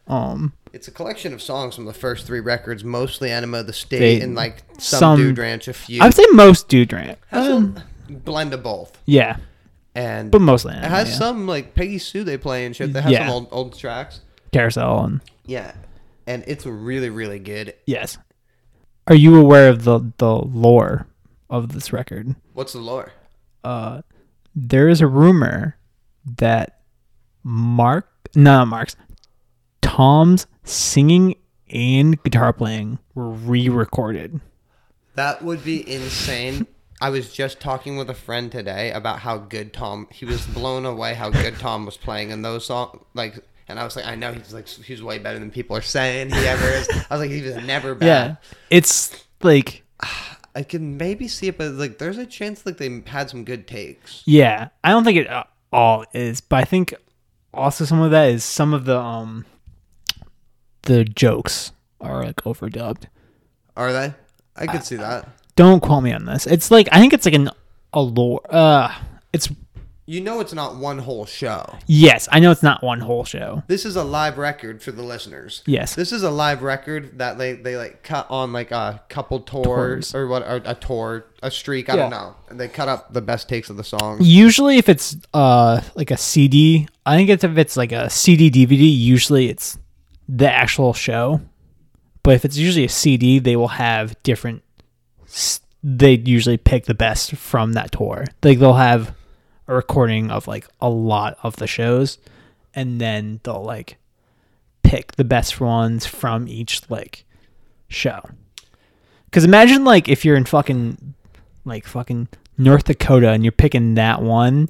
Um, It's a collection of songs from the first three records, mostly Anima of the State They- and like some, some- dude ranch, a few. I would say most do Durant. Has a Um, blend of both, yeah, and but mostly anime, it has yeah. some like Peggy Sue they play and shit. That has Yeah. some old old tracks. carousel and Yeah, and it's really really good. yes. Are you aware of the the lore of this record? What's the lore? Uh, there is a rumor that Mark, no, not Mark's, Tom's singing and guitar playing were re-recorded. That would be insane. I was just talking with a friend today about how good Tom. He was blown away how good Tom was playing in those songs. Like, and I was like, I know he's like he's way better than people are saying he ever is. I was like, he was never bad. Yeah, it's like I can maybe see it, but like, there's a chance like they had some good takes. Yeah, I don't think it uh, all is, but I think also some of that is some of the um the jokes are like overdubbed. Are they? I could see that. Don't quote me on this. It's like I think it's like an a lore. Uh, it's You know, it's not one whole show. yes, I know it's not one whole show. This is a live record for the listeners. Yes. This is a live record that they, they like cut on like a couple tours, Tours. or what or a tour a streak I don't Yeah. know and they cut up the best takes of the songs. Usually, if it's uh like a CD, I think it's if it's like a CD DVD. Usually, it's the actual show, but if it's usually a CD, they will have different. s- They usually pick the best from that tour. Like they'll have a recording of like a lot of the shows, and then they'll like pick the best ones from each like show. Because imagine like if you're in fucking like fucking North Dakota and you're picking that one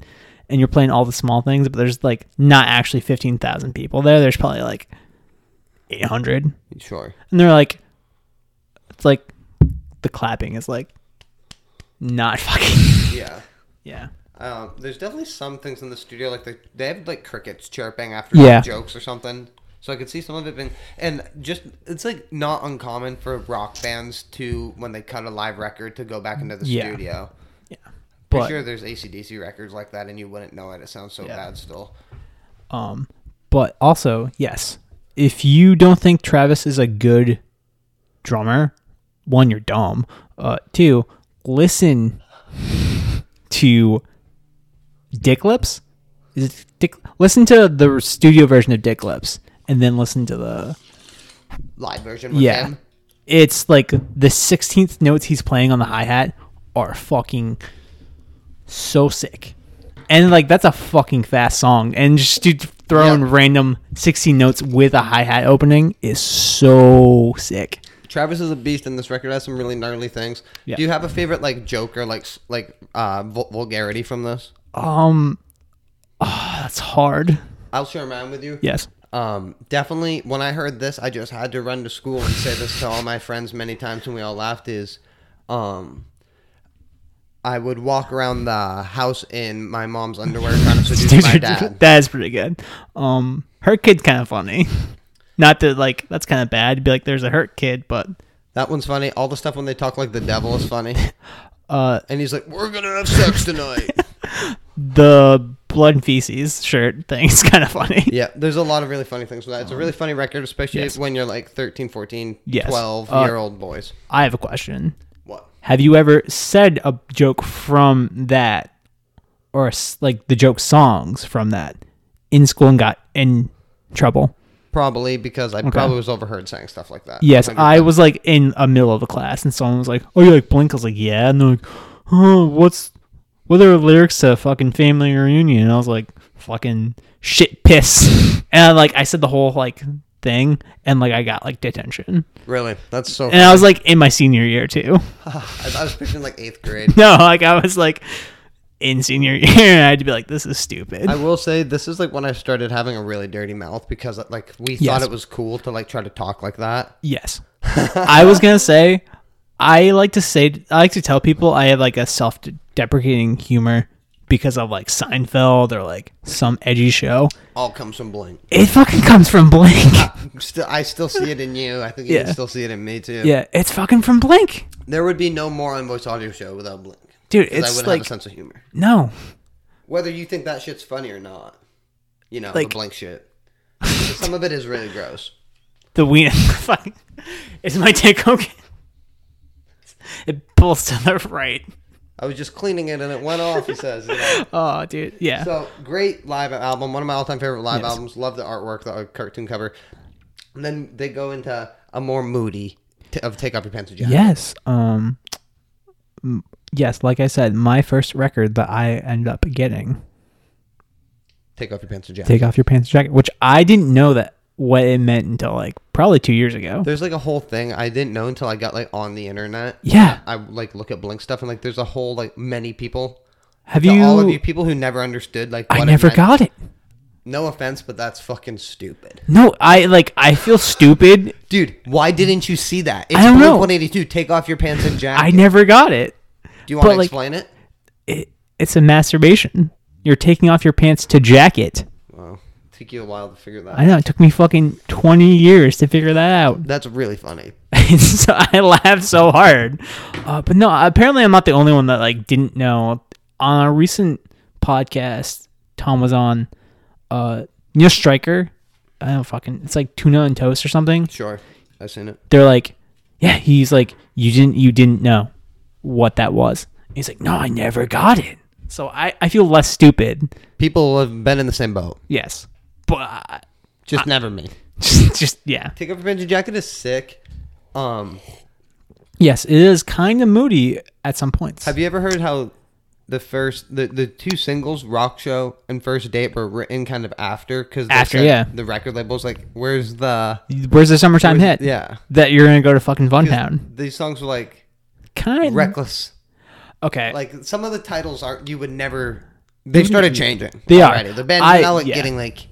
and you're playing all the small things, but there's like not actually 15,000 people there. There's probably like 800. Sure. And they're like, it's like the clapping is like not fucking. Yeah. yeah. Um, there's definitely some things in the studio like they they have like crickets chirping after Yeah. jokes or something. So I could see some of it being and just it's like not uncommon for rock bands to when they cut a live record to go back into the Yeah. studio. Yeah. Pretty But- sure there's ACDC records like that and you wouldn't know it. It sounds so Yeah. bad still. Um, but also, yes, if you don't think Travis is a good drummer, one, you're dumb. Uh, two, listen to Dick Lips. Is it Dick? Listen to the studio version of Dick Lips, and then listen to the Live version with yeah. him. It's like the sixteenth notes he's playing on the hi hat are fucking so sick, and like that's a fucking fast song. And just dude, throwing Yeah. random sixteen notes with a hi hat opening is so sick. Travis is a beast, and this record has some really gnarly things. Yeah. Do you have a favorite like joke or like s- like uh, vul- vulgarity from this? Um, ah, that's hard. I'll share mine with you. Yes. Um, definitely. When I heard this, I just had to run to school and say this to all my friends many times, and we all laughed. Is, um, I would walk around the house in my mom's underwear trying to seduce my dad. that is pretty good. Um, hurt kid's kind of funny. Not that like that's kind of bad. to Be like, there's a hurt kid, but That one's funny. All the stuff when they talk like the devil is funny. Uh, and he's like, "We're gonna have sex tonight." the blood and feces shirt thing is kind of funny. Yeah, there's a lot of really funny things with that. It's a really funny record, especially Um, yes. when you're like 13, 14, Yes. 12 Uh, year old boys. I have a question. What? Have you ever said a joke from that, or s- like the joke songs from that, in school and got in trouble? Probably because I probably was overheard saying stuff like that. Yes, Like, I was like in a middle of a class, and someone was like, "Oh, you like Blink?" I was like, "Yeah," and they're like, "Oh, what's what are the lyrics to fucking Family Reunion?" And I was like, "Fucking shit, piss," and like I said the whole like thing, and like I got like detention, Really? That's so. and I was like in my senior year too. I, I was picturing like eighth grade. No, like I was like in senior year, and I had to be like, "This is stupid." I will say this is like when I started having a really dirty mouth because like we Yes. thought it was cool to like try to talk like that. yes, I was gonna say, I like to say, I like to tell people I have like a self-deprecating humor because of like Seinfeld or like some edgy show. All comes from Blink. It fucking comes from Blink. Still, I still see it in you. I think you Yeah. can still see it in me too. yeah, it's fucking from Blink, There would be no more on voice audio show without Blink. 'Cause dude. I It's wouldn't like have a sense of humor. no, Whether you think that shit's funny or not, you know Like- the Blink shit. Some of it is really gross. The wiener. Fuck. Is my dick okay? It pulls to the right. I was just cleaning it and it went off. He says. you know. Oh, dude. Yeah. So great live album, one of my all-time favorite live albums. Love the artwork, the cartoon cover. And then they go into a more moody t- of "Take Off Your Pants and Jacket." Yes. Um. m- Yes, like I said, my first record that I ended up getting, Take off your pants and jacket. "Take Off Your Pants Jacket," which I didn't know that what it meant until like probably two years ago. There's like a whole thing I didn't know until I got like on the internet. Yeah. I like look at Blink stuff and like there's a whole like many people, Have to you? all of you people who never understood like what I it never meant. got it. No offense, but that's fucking stupid, No, I like. I feel stupid. dude. Why didn't you see that? It's I don't know. 182. Take off your pants and jacket. I never got it. Do you want but, to like- explain it? it. It's a masturbation. You're taking off your pants to jacket. Well, took you a while to figure that. I out. know it took me fucking twenty years to figure that out. That's really funny. so I laughed so hard. Uh, but no, apparently I'm not the only one that like didn't know. On a recent podcast, Tom was on. Uh, you know, Striker. I don't fucking. It's like tuna and toast or something. Sure, I've seen it. They're like, yeah. He's like, you didn't, you didn't know what that was. He's like, no, I never got it. So I, I feel less stupid. People have been in the same boat. Yes, but Just never me. just, just yeah. Take off your pants and jacket is sick. Um, Yes, it is kind of moody at some points. Have you ever heard how the first the, the two singles Rock Show and First Date were written kind of after because After, yeah. the record labels like where's the Where's the summertime where's- hit? yeah that you're gonna go to fucking Funtown. these songs were like Kind reckless okay. like some of the titles are you would never they started changing Mm-hmm. They are. already the band I- now like yeah. getting like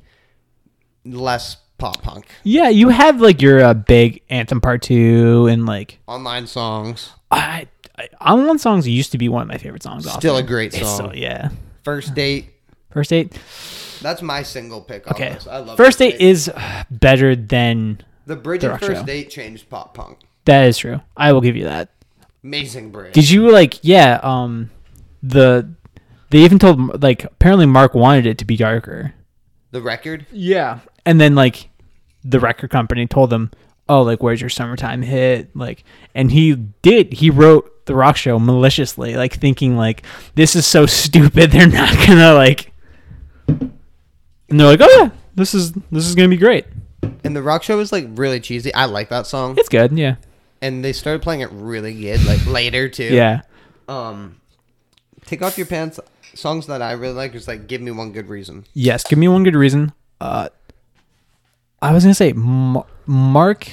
less pop punk yeah, you have like your uh, big anthem part two, and like online songs I, I online songs used to be one of my favorite songs. off still a there. great It's song still- yeah. First Date First date. that's my single pick on Okay. this I love First date is uh, better than the bridge and Rock First Show. Date changed pop punk that is true. I will give you that. amazing bridge Did you like yeah um the they even told like apparently Mark wanted it to be darker. the record Yeah. And then like the record company told them, "Oh, like where's your summertime hit?" Like and he did. He wrote the rock show maliciously, like thinking like this is so stupid they're not going to like And they're like, "Oh, yeah, this is this is going to be great." And the rock show was like really cheesy. I like that song. It's good, yeah. And they started playing it really good, like later too. Yeah. Um, take off your pants. Songs that I really like is like "Give Me One Good Reason." Yes, give me one good reason. Uh I was going to say M- Mark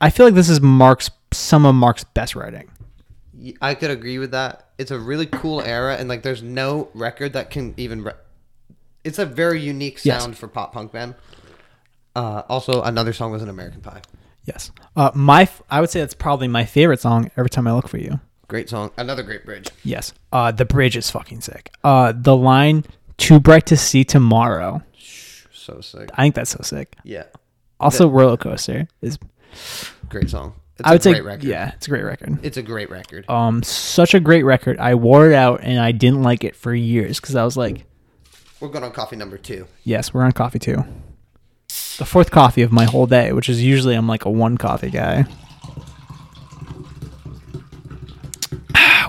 I feel like this is Mark's some of Mark's best writing. Y- I could agree with that. It's a really cool era, and like there's no record that can even. Re- it's a very unique Yes. sound for pop punk band. Uh, also, another song was an American Pie. Yes. Uh, my, f- I would say that's probably my favorite song. Every time I look for you. Great song. Another great bridge. Yes. Uh, the bridge is fucking sick. Uh, the line "Too bright to see tomorrow." So sick. I think that's so sick. Yeah. Also, roller coaster is. Great song. It's I would a say, great record. yeah, it's a great record. It's a great record. Um, such a great record. I wore it out and I didn't like it for years because I was like, We're going on coffee number two. "Yes, we're on coffee too." The fourth coffee of my whole day, which is usually I'm like a one coffee guy.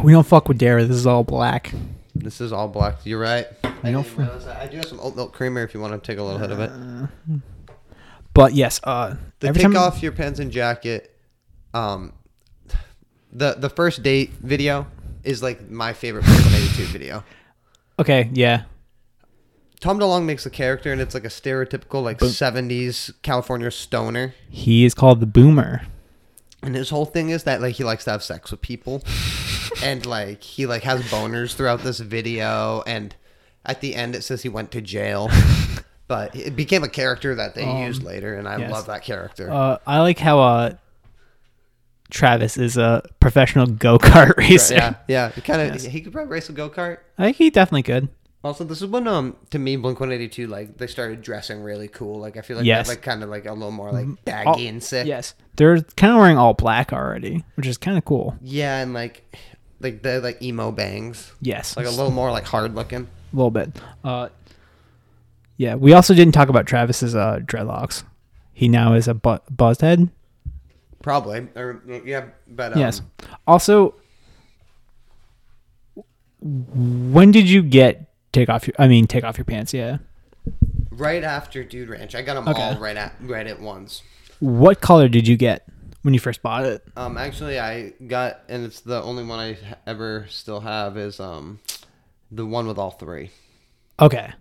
we don't fuck with dairy. This is all black. This is all black. You're right. I, know didn't for- realize that. I do have some oat milk creamer if you want to take a little hit of it. But yes, uh, The every take time off your pants and jacket. Um, the the first date video is like my favorite Blink 182 video. Okay, yeah, Tom DeLonge makes a character, and it's like a stereotypical like '70s California stoner. he is called the Boomer. And his whole thing is that like he likes to have sex with people, and like he like has boners throughout this video. And at the end, it says he went to jail, but it became a character that they used later, and I Um, yes. love that character. Uh, I like how uh, Travis is a professional go kart racer. Yeah, yeah. He kind of he could probably race a go kart. I think he definitely could. Also, this is when um to me Blink One Eighty Two like they started dressing really cool. Like I feel like they're Yes. Mm-hmm. Oh, like kind of like a little more like baggy All- and sick. Yes, they're kind of wearing all black already, which is kind of cool. Yeah, and like like the like emo bangs, Yes, like a just little more like hard looking. little bit. Uh, Yeah, we also didn't talk about Travis's uh, dreadlocks. He now is a bu- buzzed head. Probably. Or, yeah, but um, yes. Also, when did you get take off your? I mean, take off your pants. Yeah. right after Dude Ranch, I got them Okay. all right at right at once. What color did you get when you first bought it? Um, actually, I got, and it's the only one I ha- ever still have is um, the one with all three. Okay.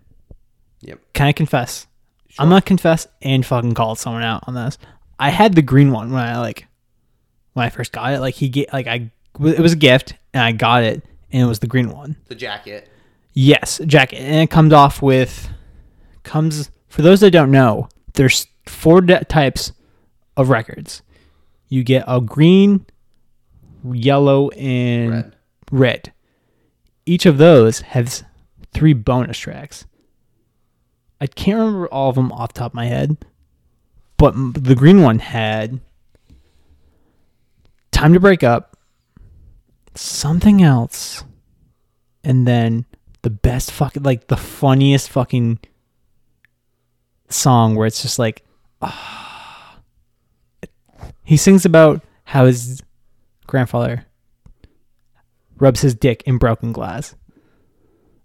Yep. Can I confess? I'm gonna confess and fucking call someone out on this. I had the green one when I like when I first got it. Like he get like I it was a gift and I got it and it was the green one. The jacket. Yes, jacket, and it comes off with comes for those that don't know. There's four de- types of records. You get a green, yellow, and Red. red. Each of those has three bonus tracks. I can't remember all of them off the top of my head, but m- the green one had "Time to Break Up," something else and then the best fucking like the funniest fucking song where it's just like ah. he sings about how his grandfather rubs his dick in broken glass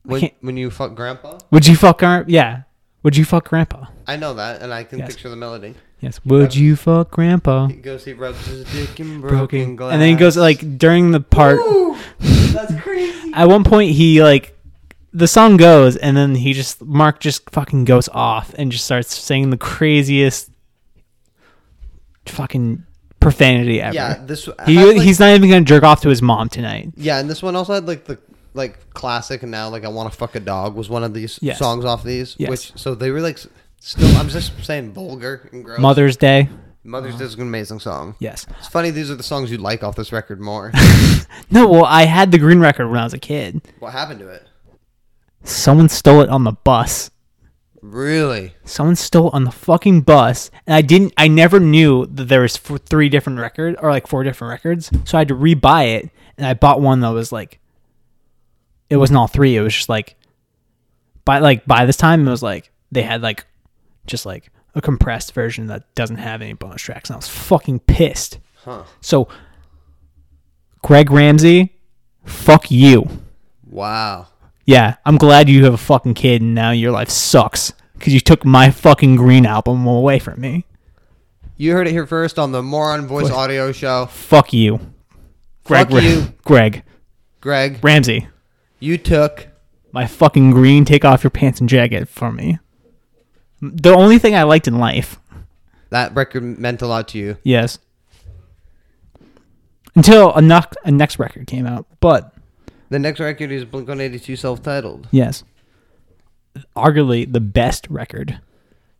When, can't- when you fuck grandpa, would you fuck our yeah would you fuck grandpa I know that, and I can Yes. picture the melody. yes would you fuck grandpa He goes, he rubs his dick in broken broken glass, and then he goes like during the part Ooh, that's crazy. at one point he like the song goes and then he just mark just fucking goes off and just starts saying the craziest fucking profanity ever Yeah, this he, had, like- he's not even gonna jerk off to his mom tonight yeah, and this one also had like the like classic, and now like I want to fuck a dog was one of these Yes. songs off these, Yes. which so they were like s- still. I'm just saying vulgar and gross. mother's day Mother's Day is an amazing song. yes It's funny, these are the songs you like off this record more. no well i had the green record when i was a kid what happened to it? someone stole it on the bus Really? someone stole it on the fucking bus and i didn't i never knew that there was f- three different records or like four different records so i had to rebuy it and i bought one that was like it wasn't all three it was just like by like by this time it was like they had like just like a compressed version that doesn't have any bonus tracks and i was fucking pissed Huh. so greg ramsey fuck you Wow. yeah, I'm glad you have a fucking kid and now your life sucks because you took my fucking green album away from me. You heard it here first on the Moron Voice Audio Show. Fuck you, Greg. Fuck you. Greg Greg, Ramsey. you took. My fucking green. Take off your pants and jacket from me. The only thing I liked in life. That record meant a lot to you. Yes. Until a, knock, a next record came out, but The next record is Blink 182 self titled. yes, arguably the best record.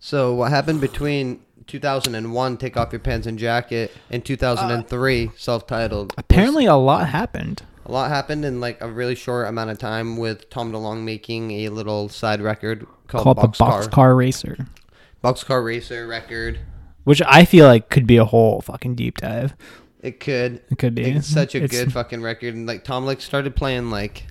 So, what happened between 2001, Take Off Your Pants and Jacket, and 2003, self titled? Uh, Apparently, a lot happened. A lot happened in like a really short amount of time with Tom DeLonge making a little side record called, Called the Boxcar. Boxcar Racer. Boxcar Racer record. which I feel like could be a whole fucking deep dive. It could. It could be. Mm-hmm. It's such a It's- good fucking record, and like Tom like started playing like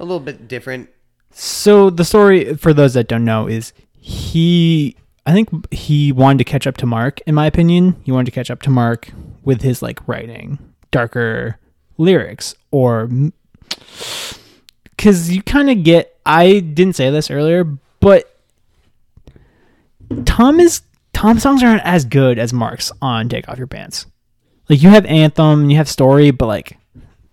a little bit different. So the story for those that don't know is he I think he wanted to catch up to Mark in my opinion. He wanted to catch up to Mark with his like writing, darker lyrics or cuz you kind of get I didn't say this earlier, but Tom is Tom songs aren't as good as Mark's on Take Off Your Pants. Like you have anthem, you have story, but like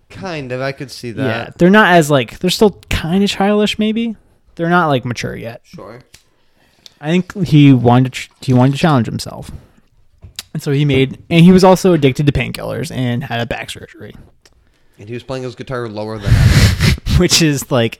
Kind of, I could see yeah, that. they're not as like they're still kind of childish. Maybe they're not like mature yet. Sure. I think he wanted to, ch- he wanted to challenge himself, and so he made and he was also addicted to painkillers and had a back surgery, And he was playing his guitar lower than ever. which is like,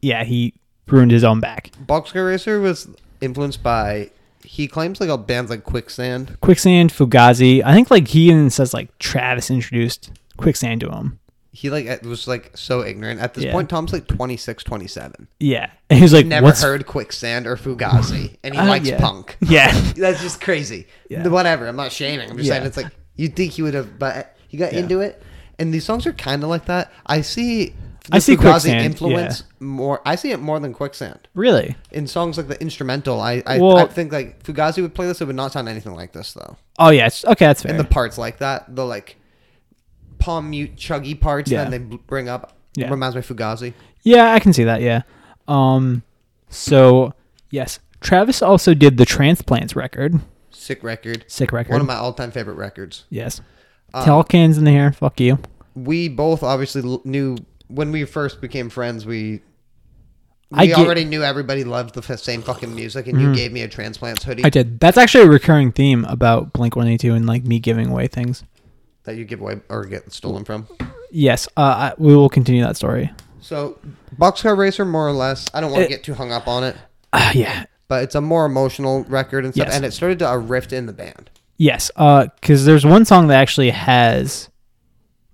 yeah, he ruined his own back. Boxcar Racer was influenced by he claims like a bands like Quicksand. Quicksand, Fugazi. I think like he even says like Travis introduced quicksand to him. He like was like so ignorant at this Yeah. point. Tom's like 26, 27. Yeah, and he was like, Never What's heard Quicksand or Fugazi, and he Ah, likes yeah. punk. Yeah, That's just crazy. Yeah. Whatever. I'm not shaming. I'm just Yeah. saying it's like you think he would have, but he got Yeah. into it. And these songs are kind of like that. I see I see Fugazi quicksand. influence yeah. more. I see it more than quicksand Really? in songs like the instrumental. I I, I Well- think like Fugazi would play this. It would not sound anything like this though. Oh yeah. It's, okay, that's fair. And the parts like that, the like palm mute chuggy parts Yeah. that they bl- bring up Yeah. reminds me of Fugazi. yeah, I can see that. Yeah. Um. So yes, Travis also did the Transplants record. Sick record. Sick record. One of my Uh, all-time favorite records. yes. Telcans in the hair. Fuck you. We both obviously l- knew when we first became friends. We we I get- Mm-hmm. already knew everybody loved the f- same fucking music, and you gave me a Transplants hoodie I did. That's actually a recurring theme about Blink One Eighty Two and like me giving away things. that you give away or get stolen from. Yes. Uh, I, we will continue that story. So, Boxcar Racer, more or less. I don't want to It- get too hung up on it, Uh, yeah. but it's a more emotional record and stuff. Yes. And it started to a rift in the band. Yes. Uh, because there's one song that actually has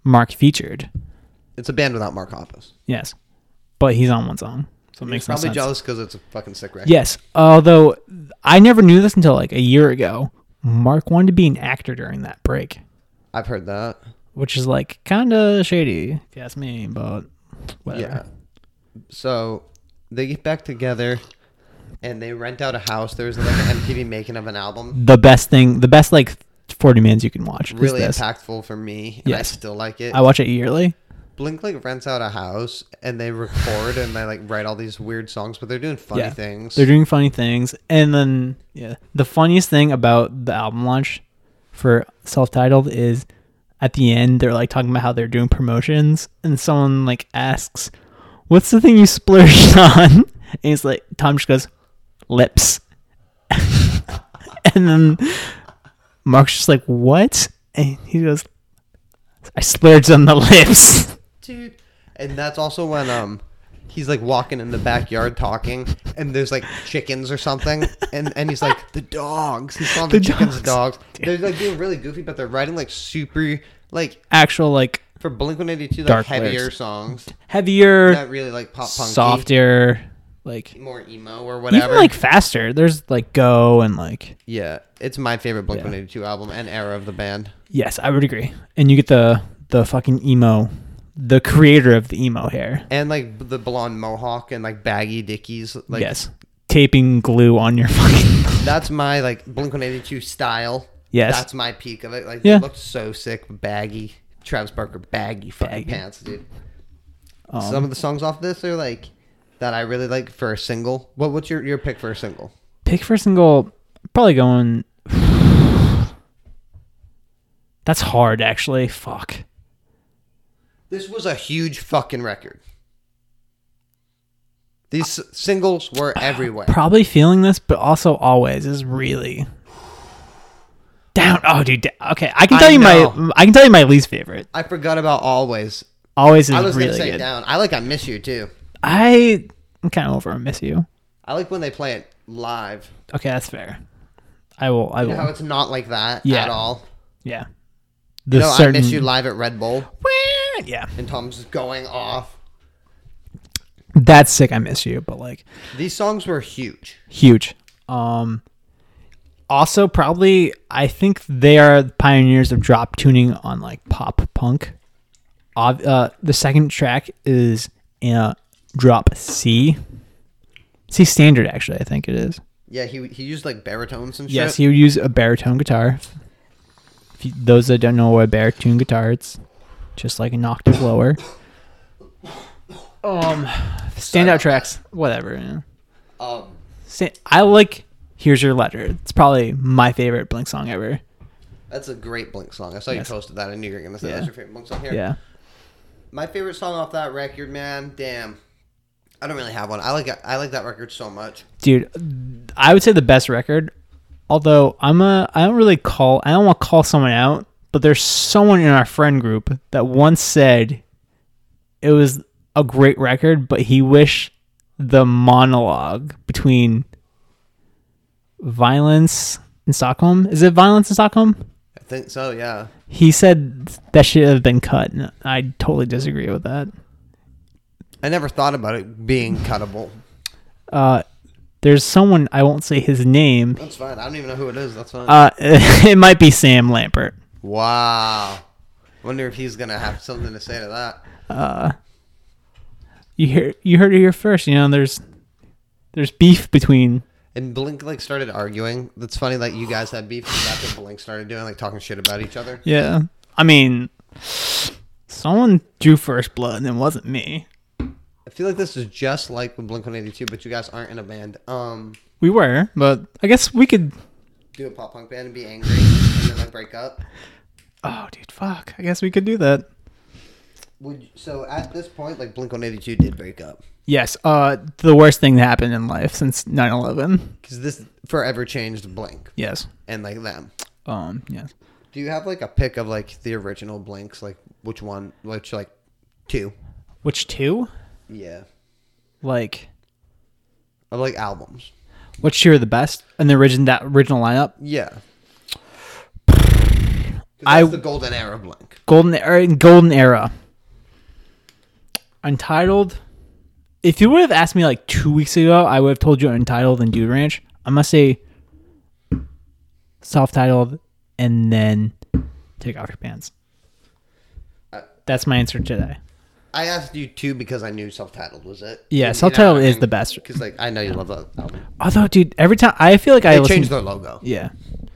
Mark featured. It's a band without Mark Hoppus. Yes, but he's on one song, so it He's makes no probably sense. jealous because it's a fucking sick record. Yes, although I never knew this until like a year ago. Mark wanted to be an actor during that break, I've heard that. which is like kind of shady, if you ask me. But whatever. Yeah. So they get back together and they rent out a house. There's like an MTV making of an album. The best thing, the best like forty minutes you can watch. Really is this. impactful for me. And I Yes. still like it. I watch it yearly. Blink like rents out a house and they record and they like write all these weird songs, but they're doing funny Yeah. things. They're doing funny things, and then yeah, the funniest thing about the album launch for self-titled is at the end they're like talking about how they're doing promotions, and someone like asks, "What's the thing you splurged on?" And he's like, Tom just goes, "Lips," and then Mark's just like, "What?" And he goes, "I splurged on the lips." dude. And that's also when um he's like walking in the backyard talking and there's like chickens or something and and he's like the dogs. He's calling the, The chickens dogs. dogs. They're like being really goofy, but they're writing like super like Actual like for Blink One Eighty Two like Dark heavier lyrics. songs heavier, that really like pop punk softer, like more emo or whatever. Even like faster. There's like go and like yeah, it's my favorite Blink Yeah. One Eighty Two album and era of the band. yes, I would agree. And you get the the fucking emo, the creator of the emo hair. And like b- the blonde mohawk and like baggy dickies, like yes, taping glue on your fucking. that's my like Blink One Eighty Two style. Yes. that's my peak of it. Like Yeah. they looked so sick, baggy. Travis Barker baggy fucking Baggy. pants, dude. Um, Some of the songs off this are like that I really like for a single. What what's your your pick for a single? pick for a single. Probably going. That's hard, actually. Fuck. This was a huge fucking record. These s- singles were everywhere. Probably feeling this, but also always is really down. Oh, dude. da- Okay, I can I tell you know. my. I can tell you my least favorite. I forgot about always. Always is I was really gonna say good. down. I like I miss you too. I I'm kind of over. I miss you. I like when they play it live. Okay, that's fair. I will. I will. You know how it's not like that Yeah. at all. yeah. You The know, certain. I miss you live at Red Bull, Yeah, and Tom's just going off. that's sick. I miss you, but like These songs were huge. huge. Um. Also, probably I think they are the pioneers of drop tuning on like pop punk. Ob- uh, the second track is uh, drop C. C standard, actually, I think it is. Yeah, he he used like baritones and shit. Yes, he would use a baritone guitar. If you, those that don't know what a baritone guitar, it's just like an octave lower. Um, standout tracks, whatever. Yeah. um, Sta- I like "Here's Your Letter." It's probably my favorite Blink song ever. that's a great Blink song. I saw Yes. you posted that. I knew you were gonna say Yeah. that's your favorite Blink song here. Yeah, My favorite song off that record, man. Damn, I don't really have one. I like I like that record so much. dude, I would say the best record. Although I'm a, I don't really call, I don't want to call someone out, but there's someone in our friend group that once said it was a great record, but he wished the monologue between violence in Stockholm is it violence in Stockholm? I think so. Yeah. He said that should have been cut, and I totally disagree with that. I never thought about it being cuttable. Uh, there's someone I won't say his name. That's fine. I don't even know who it is. That's fine. Uh, it might be Sam Lampert. wow. Wonder if he's gonna have something to say to that. You hear you heard it here first. You know, there's there's beef between. And Blink like started arguing. That's funny that you guys had beef 'cause that's what Blink started doing, like talking shit about each other. Yeah, I mean, someone drew first blood, and it wasn't me. I feel like this is just like with Blink One Eighty Two, but you guys aren't in a band. Um, we were, but I guess we could. do a pop punk band and be angry, and then like break up. Oh, dude, fuck. I guess we could do that. Would you, so at this point, like Blink One Eighty Two did break up Yes, uh, the worst thing that happened in life since 9-11. because this forever changed Blink Yes. and like them. Um. Yes. Do you have like a pick of like the original Blinks, like which one, which like two? Which two? Yeah, Like, of like albums. which two are the best in the origin that original lineup? Yeah, 'Cause that's I- the golden era Blink. Golden era. in Golden era. Untitled. If you would have asked me like two weeks ago, I would have told you Untitled and Dude Ranch. I must say, self-titled, and then take off your pants. Uh, That's my answer today. I asked you two because I knew self-titled was it. Yeah, self-titled is the best. because like I know you love that album. Although, dude, every time I feel like I They listen- changed their logo. yeah,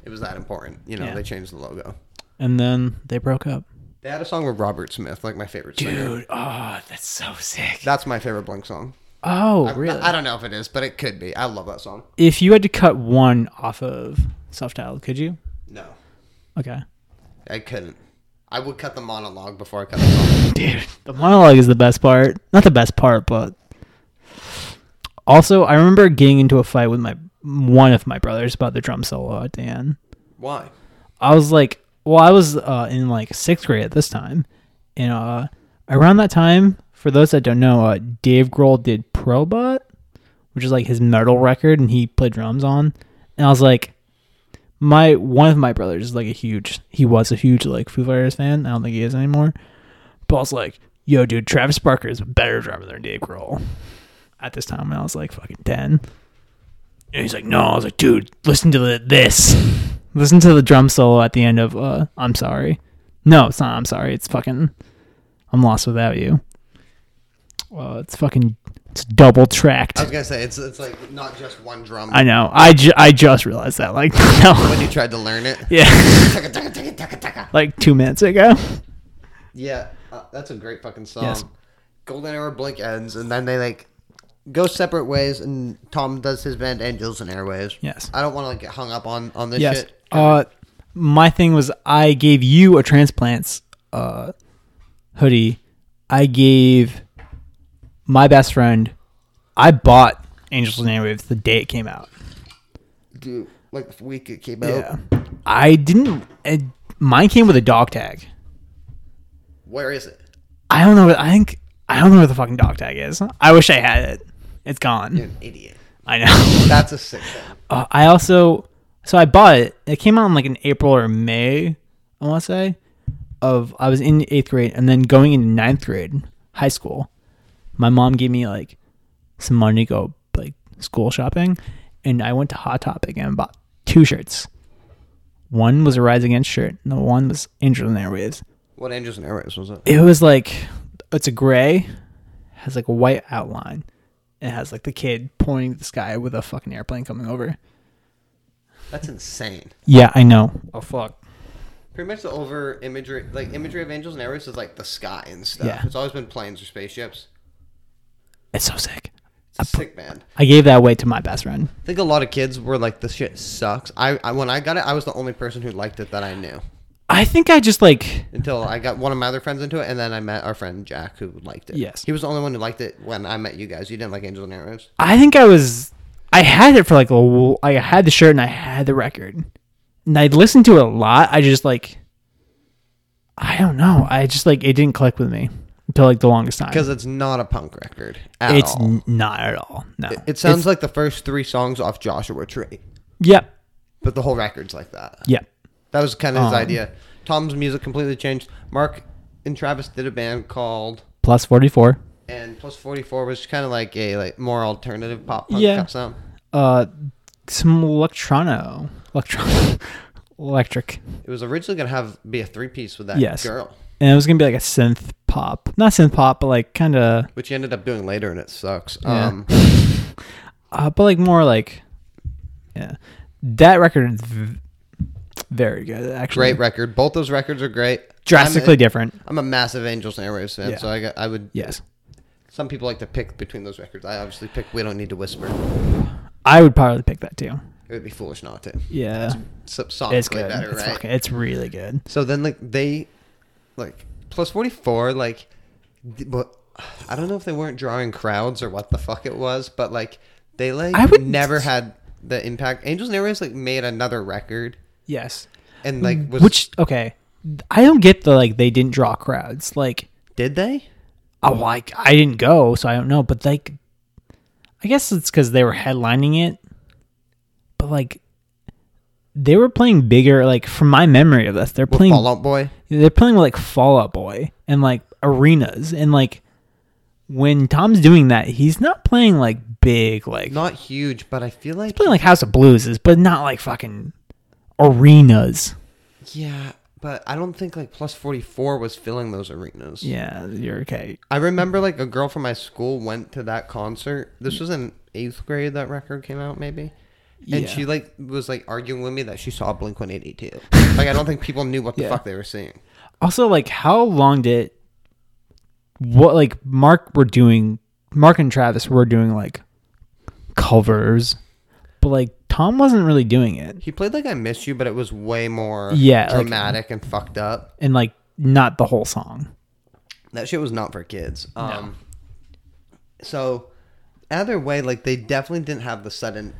It was that important, you know. Yeah. They changed the logo. and then they broke up. They had a song with Robert Smith, like my favorite singer. Dude, oh, that's so sick. That's my favorite Blink song. Oh, really? I, I don't know if it is, but it could be. I love that song. if you had to cut one off of self-titled, could you? No, Okay. I couldn't. I would cut the monologue before I cut the song. Dude, the monologue is the best part. Not the best part, but also I remember getting into a fight with my one of my brothers about the drum solo at the end. Why? I was like, well, I was uh, in like sixth grade at this time, and uh, around that time, for those that don't know, uh, Dave Grohl did Probot, which is like his metal record, and he played drums on. And I was like, my one of my brothers is like a huge, he was a huge like Foo Fighters fan. I don't think he is anymore. But I was like, yo, dude, Travis Barker is a better drummer than Dave Grohl. At this time, when I was like fucking ten. And he's like, no. I was like, dude, listen to the, this. Listen to the drum solo at the end of uh, I'm Sorry. No, it's not I'm Sorry. It's fucking I'm Lost Without You. Uh, it's fucking, it's double tracked. I was gonna say it's it's like not just one drum. I know. I, ju- I just realized that. Like, no. When you tried to learn it. Yeah. Taka, taka, taka, taka, taka. like two minutes ago. Yeah, uh, that's a great fucking song. Yes. Golden Era Blink ends, and then they like go separate ways, and Tom does his band Angels and Airwaves. Yes. I don't want to like get hung up on on this Yes. shit. Uh, my thing was I gave you a transplants uh, hoodie. I gave my best friend. I bought Angels and Airwaves the day it came out. Dude, like the week it came out. I didn't. It, mine came with a dog tag. Where is it? I don't know. what- I think I don't know where the fucking dog tag is. I wish I had it. It's gone. You're an idiot. I know. That's a sick thing. Uh, I also so I bought it. It came out in like in April or May, I want to say. Of I was in eighth grade, and then going into ninth grade, high school, my mom gave me like some money to go like school shopping, and I went to Hot Topic and bought two shirts. One was a Rise Against shirt, and the one was Angels and Airwaves. What Angels and Airwaves was it? It was like it's a gray, has like a white outline, and it has like the kid pointing to the sky with a fucking airplane coming over. That's insane. Yeah, I know. Oh fuck. Pretty much the over imagery, like imagery of angels and airwaves is like the sky and stuff. Yeah. It's always been planes or spaceships. It's so sick. It's a sick band. I gave that away to my best friend. I think a lot of kids were like, "This shit sucks." I, I when I got it, I was the only person who liked it that I knew I think I just like until I got one of my other friends into it, and then I met our friend Jack who liked it. Yes. he was the only one who liked it when I met you guys. You didn't like angels and airwaves. I think I was I had it for like a l- I had the shirt and I had the record. And I listened to it a lot. I just like I don't know. I just like it didn't click with me until like the longest time. because it's not a punk record at It's all. n- not at all. No. It sounds like the first three songs off Joshua Tree, Yep. but the whole record's like that. Yep. That was kind of Um. his idea. Tom's music completely changed. Mark and Travis did a band called Plus 44. and Plus Forty Four was kind of like a like more alternative pop punk Yeah. type sound. Uh some electrono. Electron electric, It was originally gonna have be a three piece with that Yes. girl, and it was gonna be like a synth pop, not synth pop, but like kind of, which you ended up doing later, and it sucks. Yeah. Um, uh, but like more like, yeah, that record is v- very good. Actually, great record. Both those records are great. I'm drastically a, different. I'm a massive Angels and Airwaves fan, Yeah. so I got, I would. Yes, Some people like to pick between those records. I obviously pick "We Don't Need to Whisper." I would probably pick that too. It would be foolish not to. Yeah, So, it's sonically good. better, it's, right? fucking, it's really good. So then, like they, like plus forty four, like, th- but I don't know if they weren't drawing crowds or what the fuck it was, but like they like I would- never had the impact. Angels and Airwaves like made another record Yes, and like was Mm, which okay, I don't get the like they didn't draw crowds like. did they? Oh, like I didn't go, so I don't know. But like, I guess it's because they were headlining it. But like, they were playing bigger. Like from my memory of this, they're playing Fall Out Boy. they're playing with like Fall Out Boy and like arenas and like when Tom's doing that, he's not playing like big like Not huge, but I feel like playing like House of Blues is, but not like fucking arenas. yeah. But I don't think like plus forty four was filling those arenas. Yeah, you're okay. I remember like a girl from my school went to that concert. Mm. This was in eighth grade that record came out, maybe. And Yeah. she like was like arguing with me that she saw Blink One Eighty Two. like I don't think people knew what the Yeah. fuck they were seeing. Also, like, how long did it- what like Mark were doing? Mark and Travis were doing like covers, but like Tom wasn't really doing it, He played like I Miss You, but it was way more Yeah, like- dramatic and fucked up. and like not the whole song. That shit was not for kids. Um, So either way, like they definitely didn't have the sudden.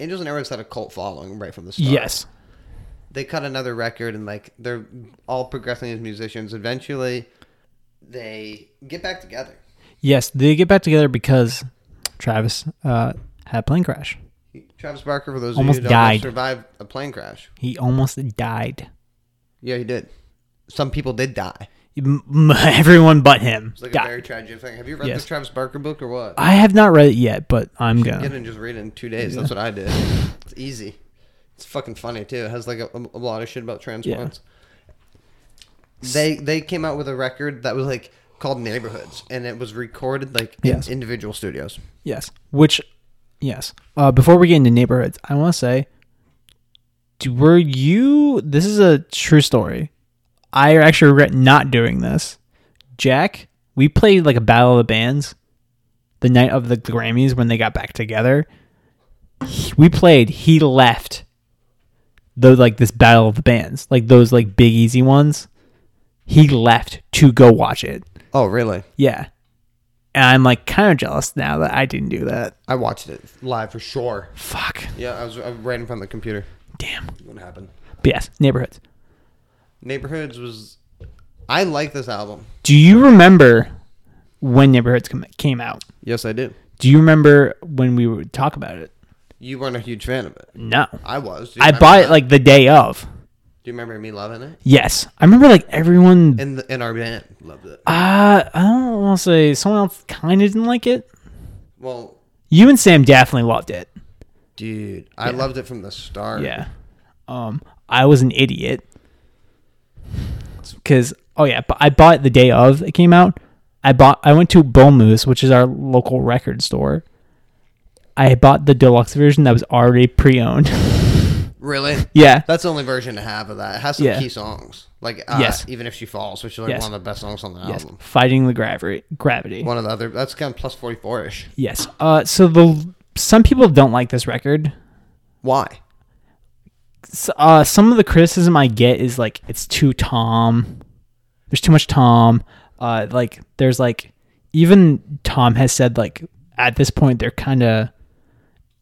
Angels and Airwaves had a cult following right from the start. Yes, they cut another record and like they're all progressing as musicians eventually they get back together yes, they get back together because Travis uh, had a plane crash. travis barker for those Almost of you who don't died. know, survived a plane crash He almost died. yeah he did some people did die M- m- Everyone but him. it's like died. a very tragic thing have you read Yes. the travis barker book or what I have not read it yet, but I'm get it gonna. and just read it in two days that's what i did it's easy it's fucking funny too it has like a, a lot of shit about transplants they they came out with a record that was like called neighborhoods and it was recorded like in Yes. individual studios Yes, which, yes. Uh, before we get into neighborhoods, I want to say, d- were you? This is a true story. I actually regret not doing this. Jack, we played like a battle of the bands the night of the Grammys when they got back together. He- We played. He left. Though like this battle of the bands, like those like big easy ones, he left to go watch it. oh really Yeah. And I'm like kind of jealous now that I didn't do that. I watched it live for sure. Fuck. Yeah, I was, I was right in front of the computer. Damn. What happened? But yes, neighborhoods. Neighborhoods was. I like this album. Do you remember when neighborhoods come, came out? Yes, I do. Do you remember when we would talk about it? You weren't a huge fan of it. No. I was. Do you I remember bought that? it like the day of. Do you remember me loving it? Yes. I remember like everyone In the in our band, loved it. uh I don't want to say someone else kind of didn't like it. Well, You and Sam definitely loved it. dude, I loved it from the start. Yeah. Um, I was an idiot. Cause oh yeah, but I bought it the day of it came out. I bought I went to Bull Moose, which is our local record store. I bought the deluxe version that was already pre-owned. Really? yeah. That's the only version to have of that. It has some Yeah. key songs. Like uh, Yes. even if she falls, which is like Yes. one of the best songs on the Yes. album. Fighting the gravity. Gravity. One of the other. That's kind of plus forty four ish. Yes. Uh, so the some people don't like this record. Why? S- Uh, some of the criticism I get is like it's too Tom. There's too much Tom. Uh, like there's like even Tom has said like at this point they're kind of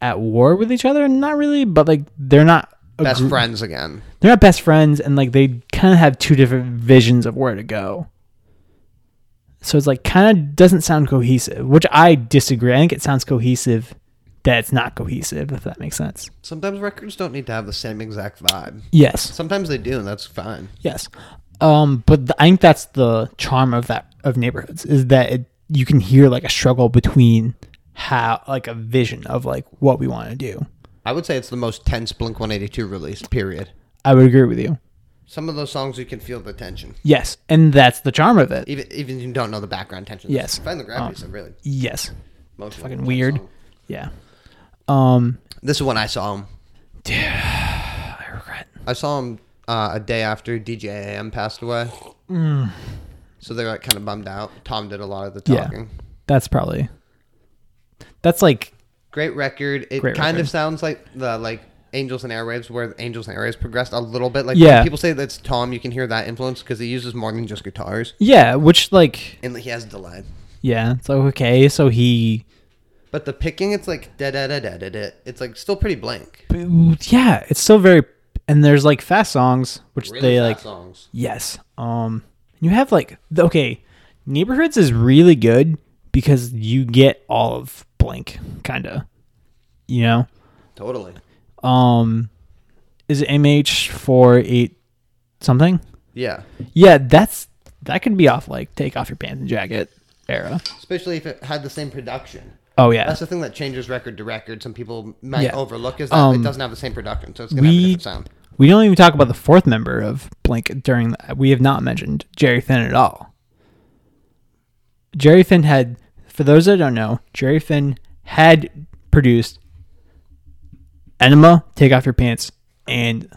at war with each other. Not really, but like they're not a Best gr- friends again. they're not best friends, and like they kind of have two different visions of where to go. So it's like kind of doesn't sound cohesive, which I disagree. I think it sounds cohesive that it's not cohesive. If that makes sense. Sometimes records don't need to have the same exact vibe. Yes. Sometimes they do, and that's fine. Yes, um, but th I think that's the charm of that of neighborhoods is that it, you can hear like a struggle between how like a vision of like what we want to do. I would say it's the most tense Blink 182 release, period. I would agree with you. Some of those songs you can feel the tension, Yes, and that's the charm of it. even even if you don't know the background tension. Yes. Find the gravity is a really Yes. emotional Fucking type weird. song. Yeah. Um. This is when I saw him. I regret. I saw him uh, a day after DJ AM passed away. So they were like kind of bummed out. Tom did a lot of the Mm. Yeah. talking. That's probably. That's like Great record. It Great kind record. of sounds like the like Angels and Airwaves, where Angels and Airwaves progressed a little bit. Like Yeah. when people say that's Tom, you can hear that influence because he uses more than just guitars yeah, which like and he has delay. yeah. It's like okay, so he But the picking, it's like da da da da da da. It's like still pretty blank. yeah, it's still very and there's like fast songs which they fast like songs. Yes. Um you have like th- okay, Neighborhoods is really good because you get all of Blink kind of. You know. Totally. Um is it MH48 something? Yeah. Yeah, that's that could be off like take off your pants and jacket era. Especially if it had the same production. Oh yeah. That's the thing that changes record to record. Some people might Yeah. overlook is that it Um, doesn't have the same production, so it's gonna have a we different sound. we don't even talk about the fourth member of Blink during the, we have not mentioned Jerry Finn at all. Jerry Finn had for those that don't know, Jerry Finn had produced Enema, Take Off Your Pants, and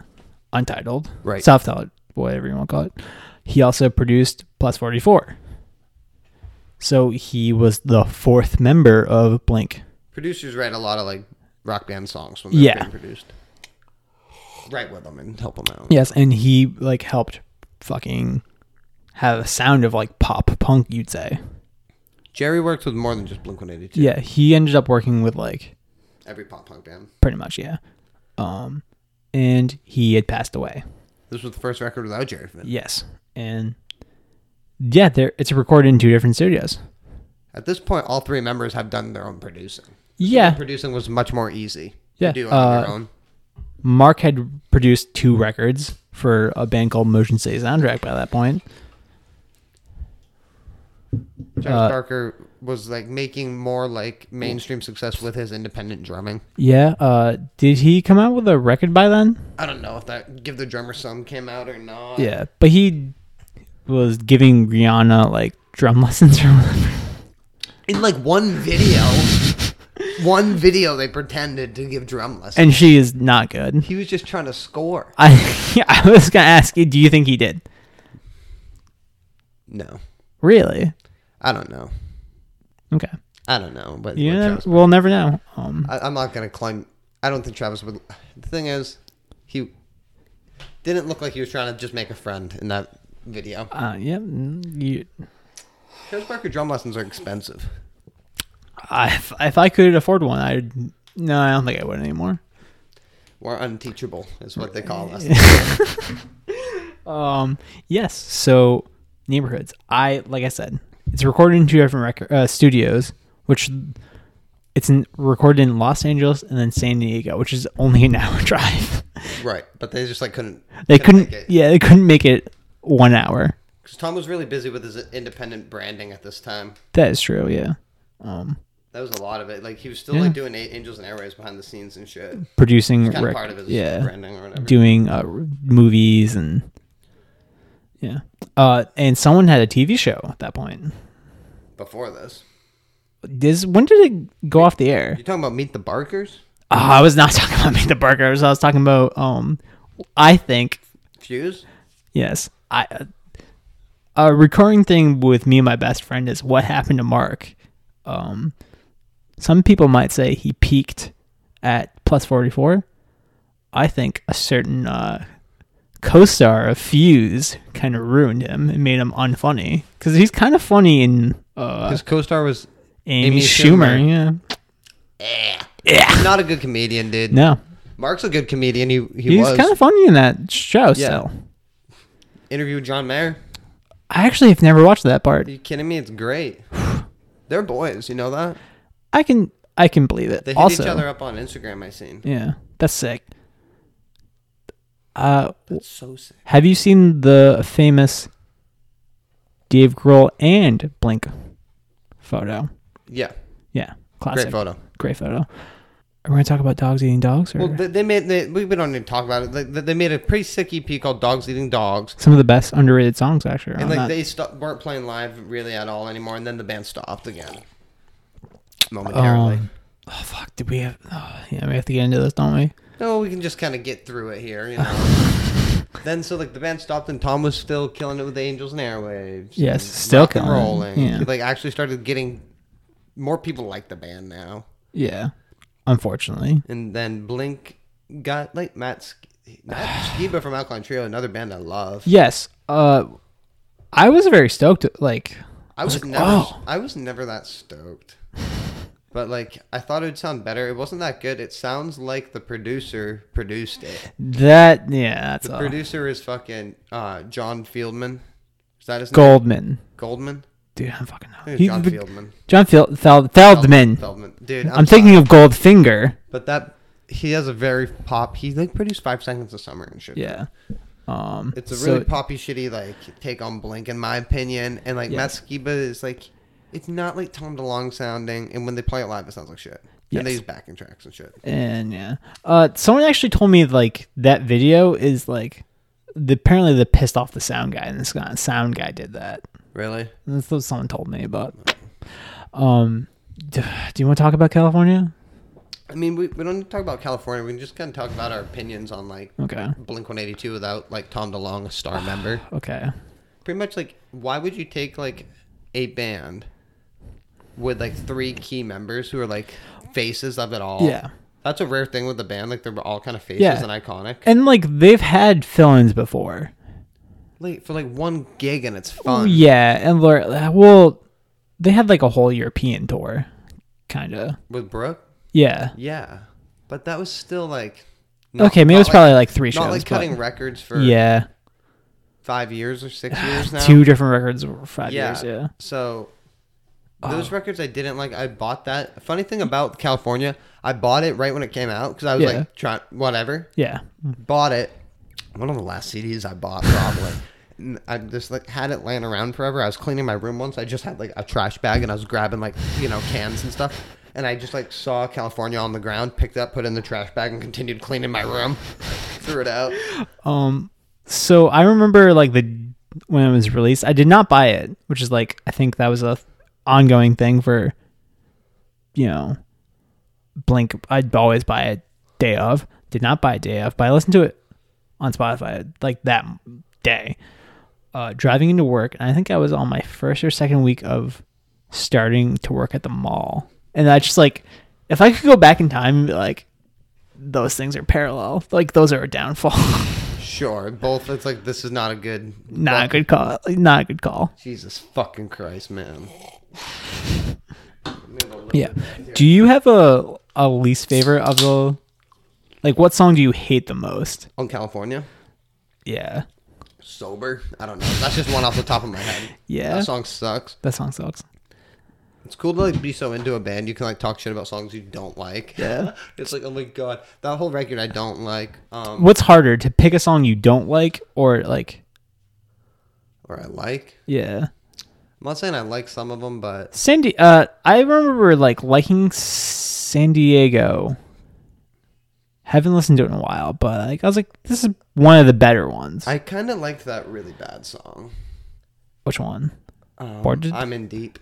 Untitled. Right. Self titled, whatever you want to call it. He also produced Plus forty four. So he was the fourth member of Blink. Producers write a lot of like rock band songs when they're Yeah. being produced. Write with them and help them out. Yes, and he like helped fucking have a sound of like pop punk, you'd say. Jerry works with more than just Blink One Eighty Two. Yeah, he ended up working with like Every pop punk band. pretty much, yeah. Um and he had passed away. This was the first record without Jerry Finn. Yes. And yeah, there it's recorded in two different studios. At this point, all three members have done their own producing. Yeah. Producing was much more easy Yeah, to do on your uh, own. Mark had produced two records for a band called Motion City Soundtrack by that point. Travis Uh, Barker was like making more like mainstream success with his independent drumming. Yeah, uh did he come out with a record by then? I don't know if that Give the Drummer Some came out or not. Yeah, but he was giving Rihanna like drum lessons or whatever. In like one video, one video they pretended to give drum lessons. And she is not good. he was just trying to score. I I was gonna ask you, do you think he did? No, Really? I don't know. Okay. I don't know. But You what know, Travis- we'll never know. Um, I, I'm not gonna claim. I don't think Travis would. The thing is, he didn't look like he was trying to just make a friend in that video. uh, yeah. mm, You, Travis Barker drum lessons are expensive. I, if, if I could afford one, I'd. No, I don't think I would anymore. We're unteachable, is what they call us. Um, yes. So neighborhoods. I like I said, it's recorded in two different record uh, studios, which it's in, recorded in Los Angeles and then San Diego, which is only an hour drive. right, but they just like couldn't. they couldn't. make it. Yeah, they couldn't make it one hour. 'Cause Tom was really busy with his independent branding at this time. That is true. Yeah. Um, That was a lot of it. Like he was still Yeah. like doing A- Angels and Airways behind the scenes and shit. Kind producing of rec- part of his yeah, branding or whatever. doing uh, movies and yeah. Uh, and someone had a TV show at that point. Before this, This when did it go off the air? you talking about Meet the Barkers? Oh, I was not talking about Meet the Burgers. I was talking about um, I think Fuse? yes, I a recurring thing with me and my best friend is what happened to Mark. Um, some people might say he peaked at plus forty four. I think a certain uh, co-star of Fuse kind of ruined him and made him unfunny because he's kind of funny in uh, His co-star was Amy, Amy Schumer. Schumer. Yeah, not a good comedian, dude. no, Mark's a good comedian. He he he's was kind of funny in that show. So. interviewed John Mayer. I actually have never watched that part. Are you kidding me? It's great. They're boys, you know that? I can I can believe it. They hit also, each other up on Instagram, I seen. yeah, that's sick. Uh, That's so sick. have you seen the famous Dave Grohl and Blink photo? Yeah. Yeah, Great classic, photo. great photo. Are we going to talk about dogs eating dogs or Well, they, they made they, we we don't need to talk about it. They, they made a pretty sick EP called "Dogs Eating Dogs," some of the best underrated songs actually? are and on like that. they sto- weren't playing live really at all anymore. And then the band stopped again, momentarily. um, oh fuck! Did we have? Oh, yeah, we have to get into this, don't we? No, we can just kind of get through it here, you know. then so like the band stopped and Tom was still killing it with the Angels and Airwaves. Yes, and still rock and killing it, rolling. yeah. He, like actually started getting more people like the band now. Yeah. Unfortunately, And then Blink got like Matt, Sk- Matt Skiba from Alkaline Trio, another band I love. yes. Uh, I was very stoked. Like, I was like, never "Oh." I was never that stoked. But like I thought it would sound better. It wasn't that good. It sounds like the producer produced it. That yeah, that's uh, all. Producer is fucking uh, John Fieldman. Is that his name? Goldman. Goldman? Dude, I'm fucking know. I think He- it's John but- Fieldman. John Fel- Fel- Feldman. Feldman. Dude, I'm, I'm thinking of Goldfinger. But that he has a very pop. He like produced Five Seconds of Summer and shit. Yeah. Um. It's a so- really poppy, shitty like take on Blink, in my opinion. And like Yeah. Matt Skiba is like, it's not like Tom DeLonge sounding. And when they play it live, it sounds like shit. Yes. And they use backing tracks and shit. And yeah. Uh, someone actually told me like that video is like, the, apparently the pissed off the sound guy and this guy, sound guy did that. Really? That's what someone told me about. Um, d- do you want to talk about California? I mean, we, we don't need to talk about California. We can just kind of talk about our opinions on like Okay. Blink 182 without like Tom DeLonge, a star member. Okay. pretty much like why would you take like a band with like three key members who are like faces of it all Yeah. that's a rare thing with the band like they're all kind of faces Yeah. and iconic And like they've had fill-ins before. like for like one gig and it's fun Oh, Yeah, and Laura, well, they had like a whole European tour, kind of. with brooke Yeah. yeah but that was still like not- okay, maybe not it was probably like three not shows. like but- cutting records for yeah, five years or six years now two different records over five years. Yeah. So those records I didn't like. I bought that. Funny thing about California, I bought it right when it came out because I was Yeah. like, try whatever. Yeah. Bought it. One of the last CDs I bought probably. And I just like had it laying around forever. I was cleaning my room once. I just had like a trash bag and I was grabbing like you know cans and stuff. And I just like saw California on the ground, picked it up, put it in the trash bag, and continued cleaning my room. Threw it out. Um. So I remember like the when it was released, I did not buy it, which is like I think that was a ongoing thing for, you know, Blink. I'd always buy it day of. Did not buy it day of, but I listened to it on Spotify like that day. Uh, driving into work, and I think I was on my first or second week of starting to work at the mall, and I just like if I could go back in time and be like, those things are parallel, like those are a downfall. Sure, both. It's like this is not a good, Not a good call. Not a good call. Jesus fucking Christ, man. Yeah. Do you have a a least favorite of the like what song do you hate the most? On California? Yeah. Sober? I don't know. That's just one off the top of my head. Yeah. That song sucks. That song sucks. It's cool to like be so into a band you can like talk shit about songs you don't like. Yeah. it's like, oh my god. That whole record I don't like. Um What's harder to pick a song you don't like or like or I like. yeah. I'm not saying I like some of them, but Sandy uh I remember like liking San Diego. Haven't listened to it in a while, but like I was like this is one of the better ones. I kinda liked that really bad song. Which one? Um, Boarded? I'm in deep.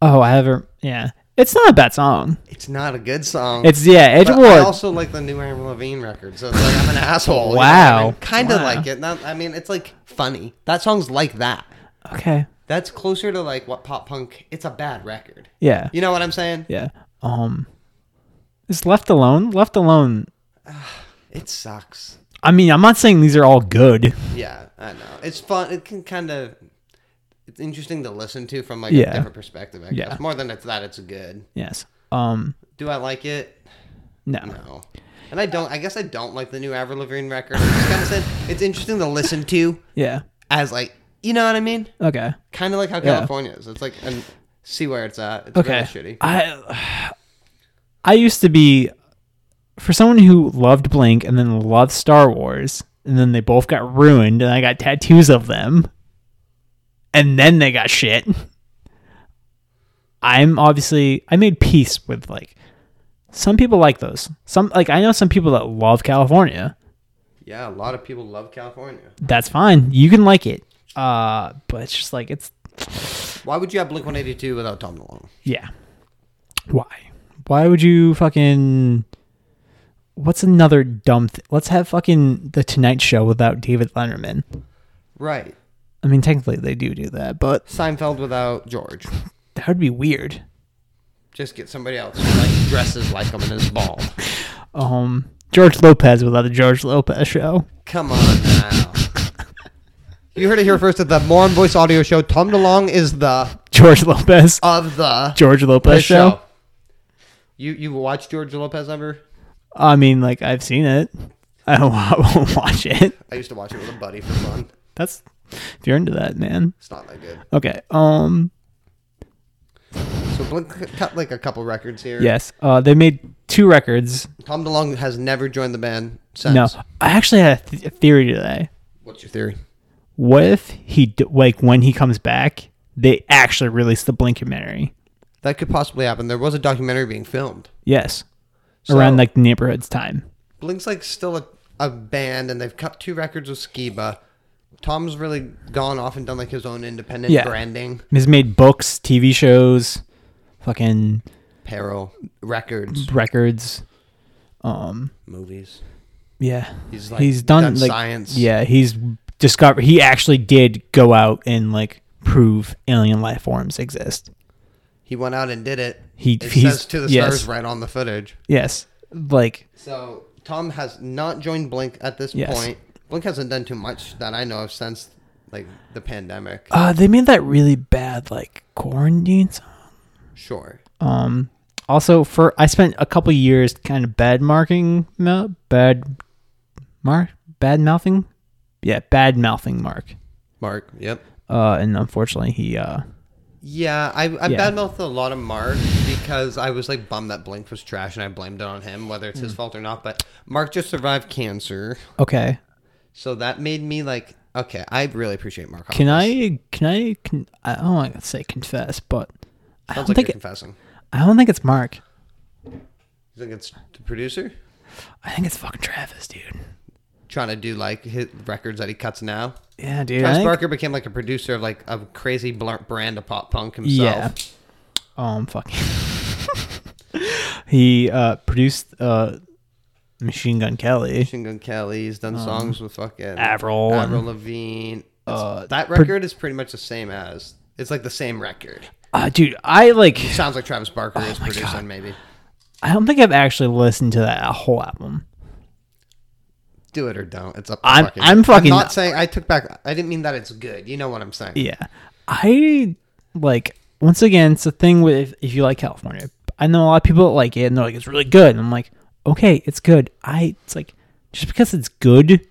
Oh, I haven't yeah. It's not a bad song. It's not a good song. It's yeah, it But I was also like the new Avril Lavigne record, so it's like I'm an asshole. Wow. kind of Wow. like it. Not, I mean, it's like funny. That song's like that. okay. That's closer to like what pop punk. It's a bad record. Yeah. You know what I'm saying? Yeah. Um is Left Alone? Left Alone. It sucks. I mean, I'm not saying these are all good. Yeah, I know. It's fun. It can kind of. It's interesting to listen to from like Yeah. a different perspective. I guess Yeah. more than it's that it's good. Yes. Um Do I like it? no. No. And I don't. I guess I don't like the new Avril Lavigne record. I just kind of said it's interesting to listen to Yeah. as like you know what I mean. Okay. kind of like how California is. It's like and see where it's at. It's Okay. really shitty. I I used to be for someone who loved Blink and then loved Star Wars and then they both got ruined and I got tattoos of them and then they got shit. I'm obviously I made peace with like Some people like those. Some like I know some people that love California. Yeah, a lot of people love California. That's fine. You can like it. Uh, but it's just like it's Why would you have Blink 182 without Tom DeLonge? yeah. Why? Why would you fucking? What's another dumb? Th- Let's have fucking the Tonight Show without David Letterman. Right. I mean, technically they do do that, but Seinfeld without George. that would be weird. Just get somebody else who like dresses like him and is bald. Um, George Lopez without the George Lopez show. Come on now. You heard it here first at the Moron Voice Audio Show. Tom DeLong is the George Lopez. of the George Lopez show. You you watched George Lopez ever? I mean, like I've seen it. I don't. I won't watch it. I used to watch it with a buddy for fun. That's if you're into that, man. It's not that good. Okay. Um. So Blink cut like a couple records here. Yes. Uh, they made two records. Tom DeLong has never joined the band since. No, I actually had a, th- a theory today. What's your theory? What if he d- like when he comes back, they actually release the Blinkomanary? That could possibly happen. There was a documentary being filmed. Yes. So- Around like the neighborhood's time. Blink's like still a, a band, and they've cut two records with Skiba. Tom's really gone off and done like his own independent Yeah. branding, He's made books, TV shows, fucking apparel, records, records. Um. movies. Yeah. He's, like, done science. Yeah, he's discovered. He actually did go out and like prove alien life forms exist. He went out and did it. He- it he's- says to the yes. stars right on the footage. Yes, like So Tom has not joined Blink at this Yes. point. Blink hasn't done too much that I know of since like the pandemic. uh, they made that really bad like quarantine song. Sure. Um, also for I spent a couple years kind of bad marking, ma- bad mark, bad mouthing, yeah, bad mouthing Mark. Mark. Yep. Uh, and unfortunately he uh Yeah, I, I Yeah. badmouthed a lot of Mark because I was like bummed that Blink was trash and I blamed it on him, whether Mm. it's his fault or not. But Mark just survived cancer. okay. So that made me like, okay, I really appreciate Mark. Can Hoppus. I can I can, I don't want to say confess, but I Sounds don't like think you're it- confessing. I don't think it's Mark. You think it's the producer I think it's fucking Travis, dude. trying to do like his records that he cuts now? Yeah, dude. I Travis think- Barker became like a producer of like a crazy blunt brand of pop punk himself. um, fucking. he uh, produced uh, Machine Gun Kelly. Machine Gun Kelly. He's done songs with fucking Um, Avril and- Avril Lavigne. Uh, that record is pretty much the same as. It's like the same record. Uh, dude, I like. Sounds like Travis Oh Barker is producing, maybe. I don't think I've actually listened to that whole album. Do it or don't. It's up. to I'm- fucking, I'm fucking- not saying. I took back. I didn't mean that. It's good. You know what I'm saying. Yeah, I like. Once again, it's a thing with if, if you like California. I know a lot of people that like it, and they're like, "It's really good." And I'm like, "Okay, it's good." I it's like just because it's good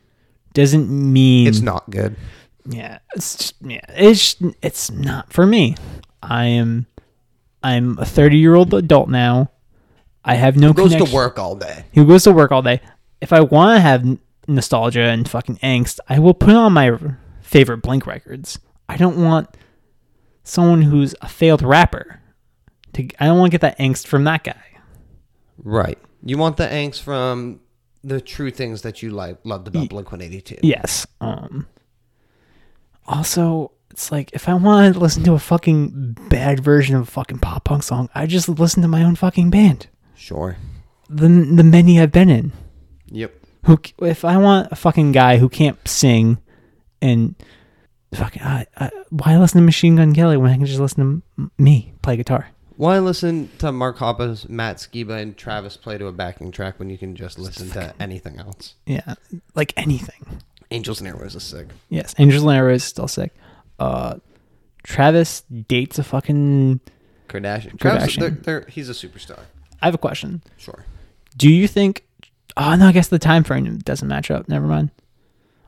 doesn't mean It's not good. yeah it's just, yeah it's just- it's not for me i am i'm a 30 year old adult now i have no Goes connection to work all day. who goes to work all day if i want to have n- nostalgia and fucking angst i will put on my r- favorite blink records i don't want someone who's a failed rapper to i don't want to get that angst from that guy Right. You want the angst from the true things that you like loved about Blink 182. Yes. Um also it's like if I want to listen to a fucking bad version of a fucking pop punk song, I just listen to my own fucking band. Sure. The the many I've been in. Yep. Who c- if I want a fucking guy who can't sing and fucking I, I, why listen to Machine Gun Kelly when I can just listen to m- me play guitar? Why listen to Mark Hoppus, Matt Skiba, and Travis play to a backing track when you can just listen to anything else? Yeah, like anything. Angels and Airwaves is sick. Yes, Angel and Rose is still sick. Uh Travis dates a fucking Kardashian. Travis, Kardashian. they're, they're, he's a superstar. I have a question. Sure. Do you think? Oh no, I guess the time frame doesn't match up. Never mind.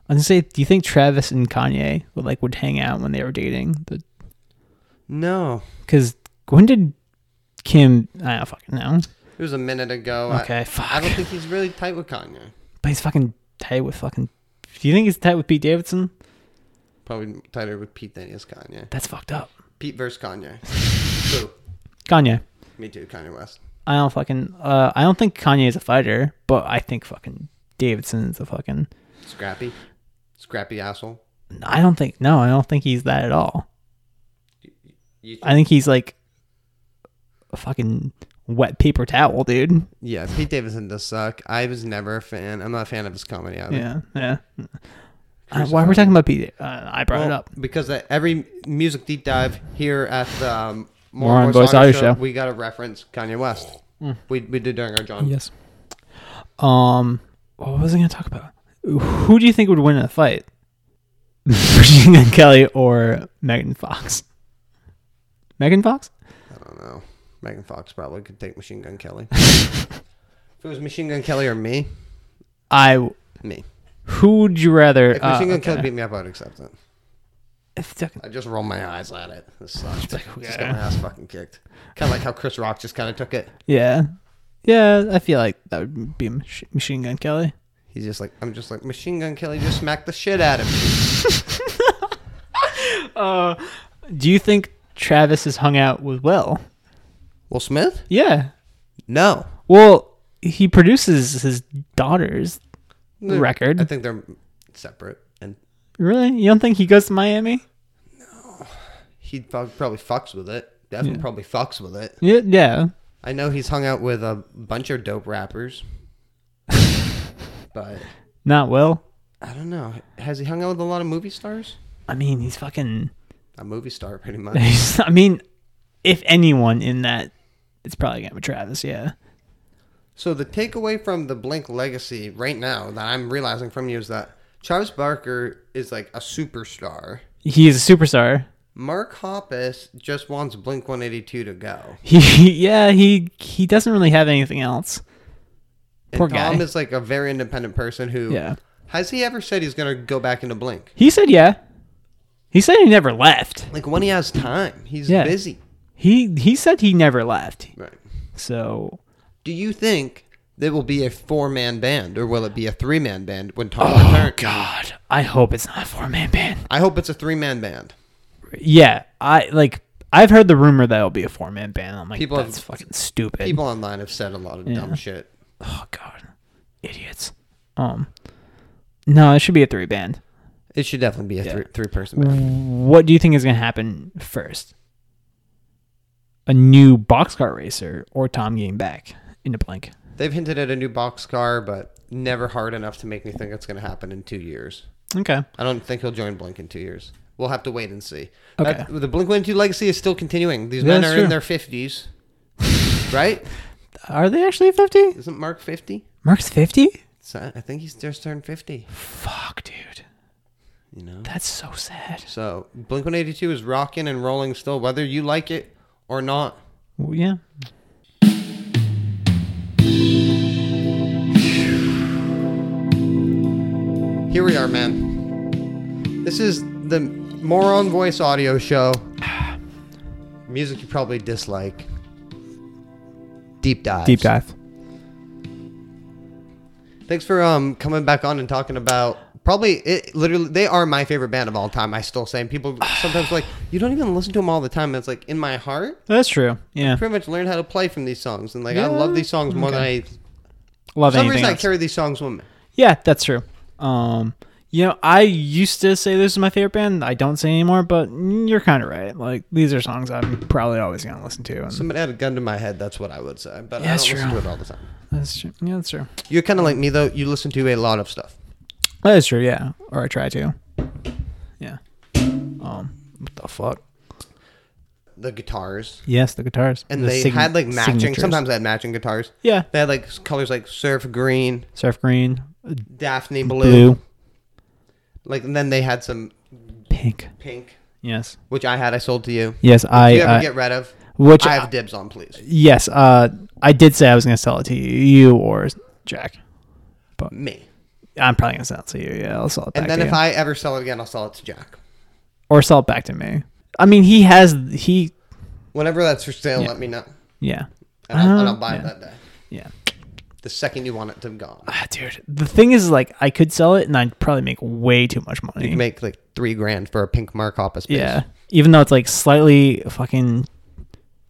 I was gonna say, do you think Travis and Kanye would like would hang out when they were dating? No. Because when did Kim? I don't fucking know. It was a minute ago. I- Okay, I, don't fuck. think he's really tight with Kanye. But he's fucking tight with fucking. Do you think he's tight with Pete Davidson? Probably tighter with Pete than he is Kanye. That's fucked up. Pete versus Kanye. Boo. Kanye. Me too, Kanye West. I don't fucking. Uh, I don't think Kanye's a fighter, but I think fucking Davidson's a fucking. Scrappy, scrappy asshole. I don't think. No, I don't think he's that at all. You think- I think he's like a fucking wet paper towel, dude. yeah, Pete Davidson does suck. I was never a fan. I'm not a fan of his comedy either. Yeah, yeah. Uh, why are we talking about Pete? Uh, I brought it Well, up. because uh, every music deep dive here at the um, More on Voice Audio Show. Mm. we got to reference Kanye West. We we did during our John. Yes. Um, what was I going to talk about? Who do you think would win in a fight? Regina Kelly or Megan Fox? Megan Fox? I don't know. Megan Fox probably could take Machine Gun Kelly. if it was Machine Gun Kelly or me, I. me. Who would you rather? If uh, Machine Gun okay. Kelly beat me up, I'd accept it. If the- I just roll my eyes at it. This sucks. Just got my ass fucking kicked. Kind of like how Chris Rock just kind of took it. yeah, yeah. I feel like that would be Mach- Machine Gun Kelly. He's just like, I'm just like, Machine Gun Kelly just smacked the shit out of me. Do you think Travis has hung out with Will? Will Smith? Yeah. No. Well, he produces his daughter's record. I think they're separate. And really? You don't think he goes to Miami? he fuck- probably fucks with it. Devin probably fucks with it. Yeah. Yeah. I know he's hung out with a bunch of dope rappers. but Not Will. I don't know. Has he hung out with a lot of movie stars? I mean, he's fucking. A movie star, pretty much. He's, I mean, if anyone in that, it's probably gonna be Travis. Yeah. so the takeaway from the Blink legacy right now that I'm realizing from you is that Travis Barker is like a superstar. He is a superstar. Mark Hoppus just wants Blink 182 to go. He, yeah, he he doesn't really have anything else. And Poor guy. Tom is like a very independent person who Yeah. has he ever said he's gonna go back into Blink? He said yeah. He said he never left. Like when he has time, he's Yeah. busy. He he said he never left. Right. So Do you think there will be a four man band or will it be a three man band when Tom returns? Oh, God, I hope it's not a four man band. I hope it's a three man band. Yeah, I like. I've heard the rumor that it'll be a four man band. I'm like, People have- that's fucking stupid. People online have said a lot of dumb shit. oh god, idiots. Um, no, it should be a three band. It should definitely be a three, three person band. What do you think is gonna happen first? A new boxcar racer or Tom getting back into blank? They've hinted at a new box car, but never hard enough to make me think it's gonna happen in two years. Okay. I don't think he'll join Blink in two years. We'll have to wait and see. Okay. That- the Blink 182 legacy is still continuing. These Yeah, men that's are true. in their 50s, right? Are they actually fifty? Isn't Mark 50? Mark's fifty? So, I think he's just turned 50, Fuck, dude. you know? That's so sad. So Blink 182 is rocking and rolling still, whether you like it or not. Well, yeah. Here we are, man. This is the Moron Voice audio show. Music you probably dislike. Deep dive. Deep dive. Thanks for um coming back on and talking about probably it literally they are my favorite band of all time. I still say and people sometimes like you don't even listen to them all the time. It's like in my heart, That's true. Yeah. pretty much learned how to play from these songs and like I Yeah. love these songs more than I. For Love some anything. reason I else. carry these songs with me. Yeah, that's true. Um, you know, I used to say this is my favorite band. I don't say anymore, but you're kind of right. Like these are songs I'm probably always gonna listen to. And Somebody had a gun to my head. That's what I would say, but I Yeah, don't it's listen to true. it all the time. that's true. Yeah, that's true. You're kind of like me though. You listen to a lot of stuff. That is true. Yeah, or I try to. Yeah. Um, what the fuck? The guitars Yes, the guitars. and The they sign- had like matching. signatures. Sometimes they had matching guitars. Yeah. They had like colors like surf green, Surf green, Daphne blue, blue. Like and then they had some pink. pink. Yes. which I had, I sold to you. Yes, I. Do you ever uh, get rid of? which I have dibs on, please. yes, uh, I did say I was gonna sell it to you, you or Jack. Me. I'm probably gonna sell it to you. Yeah, I'll sell it back. And then to if you. I ever sell it again, I'll sell it to Jack. or sell it back to me. I mean, he has he. Whenever that's for sale, let me know. Yeah, And I'll, and Uh, I'll buy it yeah. that day. yeah. The second you want it to be gone. Ah, dude, the thing is, like, I could sell it and I'd probably make way too much money. You make like three grand for a pink Mark Hoppus bass. yeah, even though it's like slightly fucking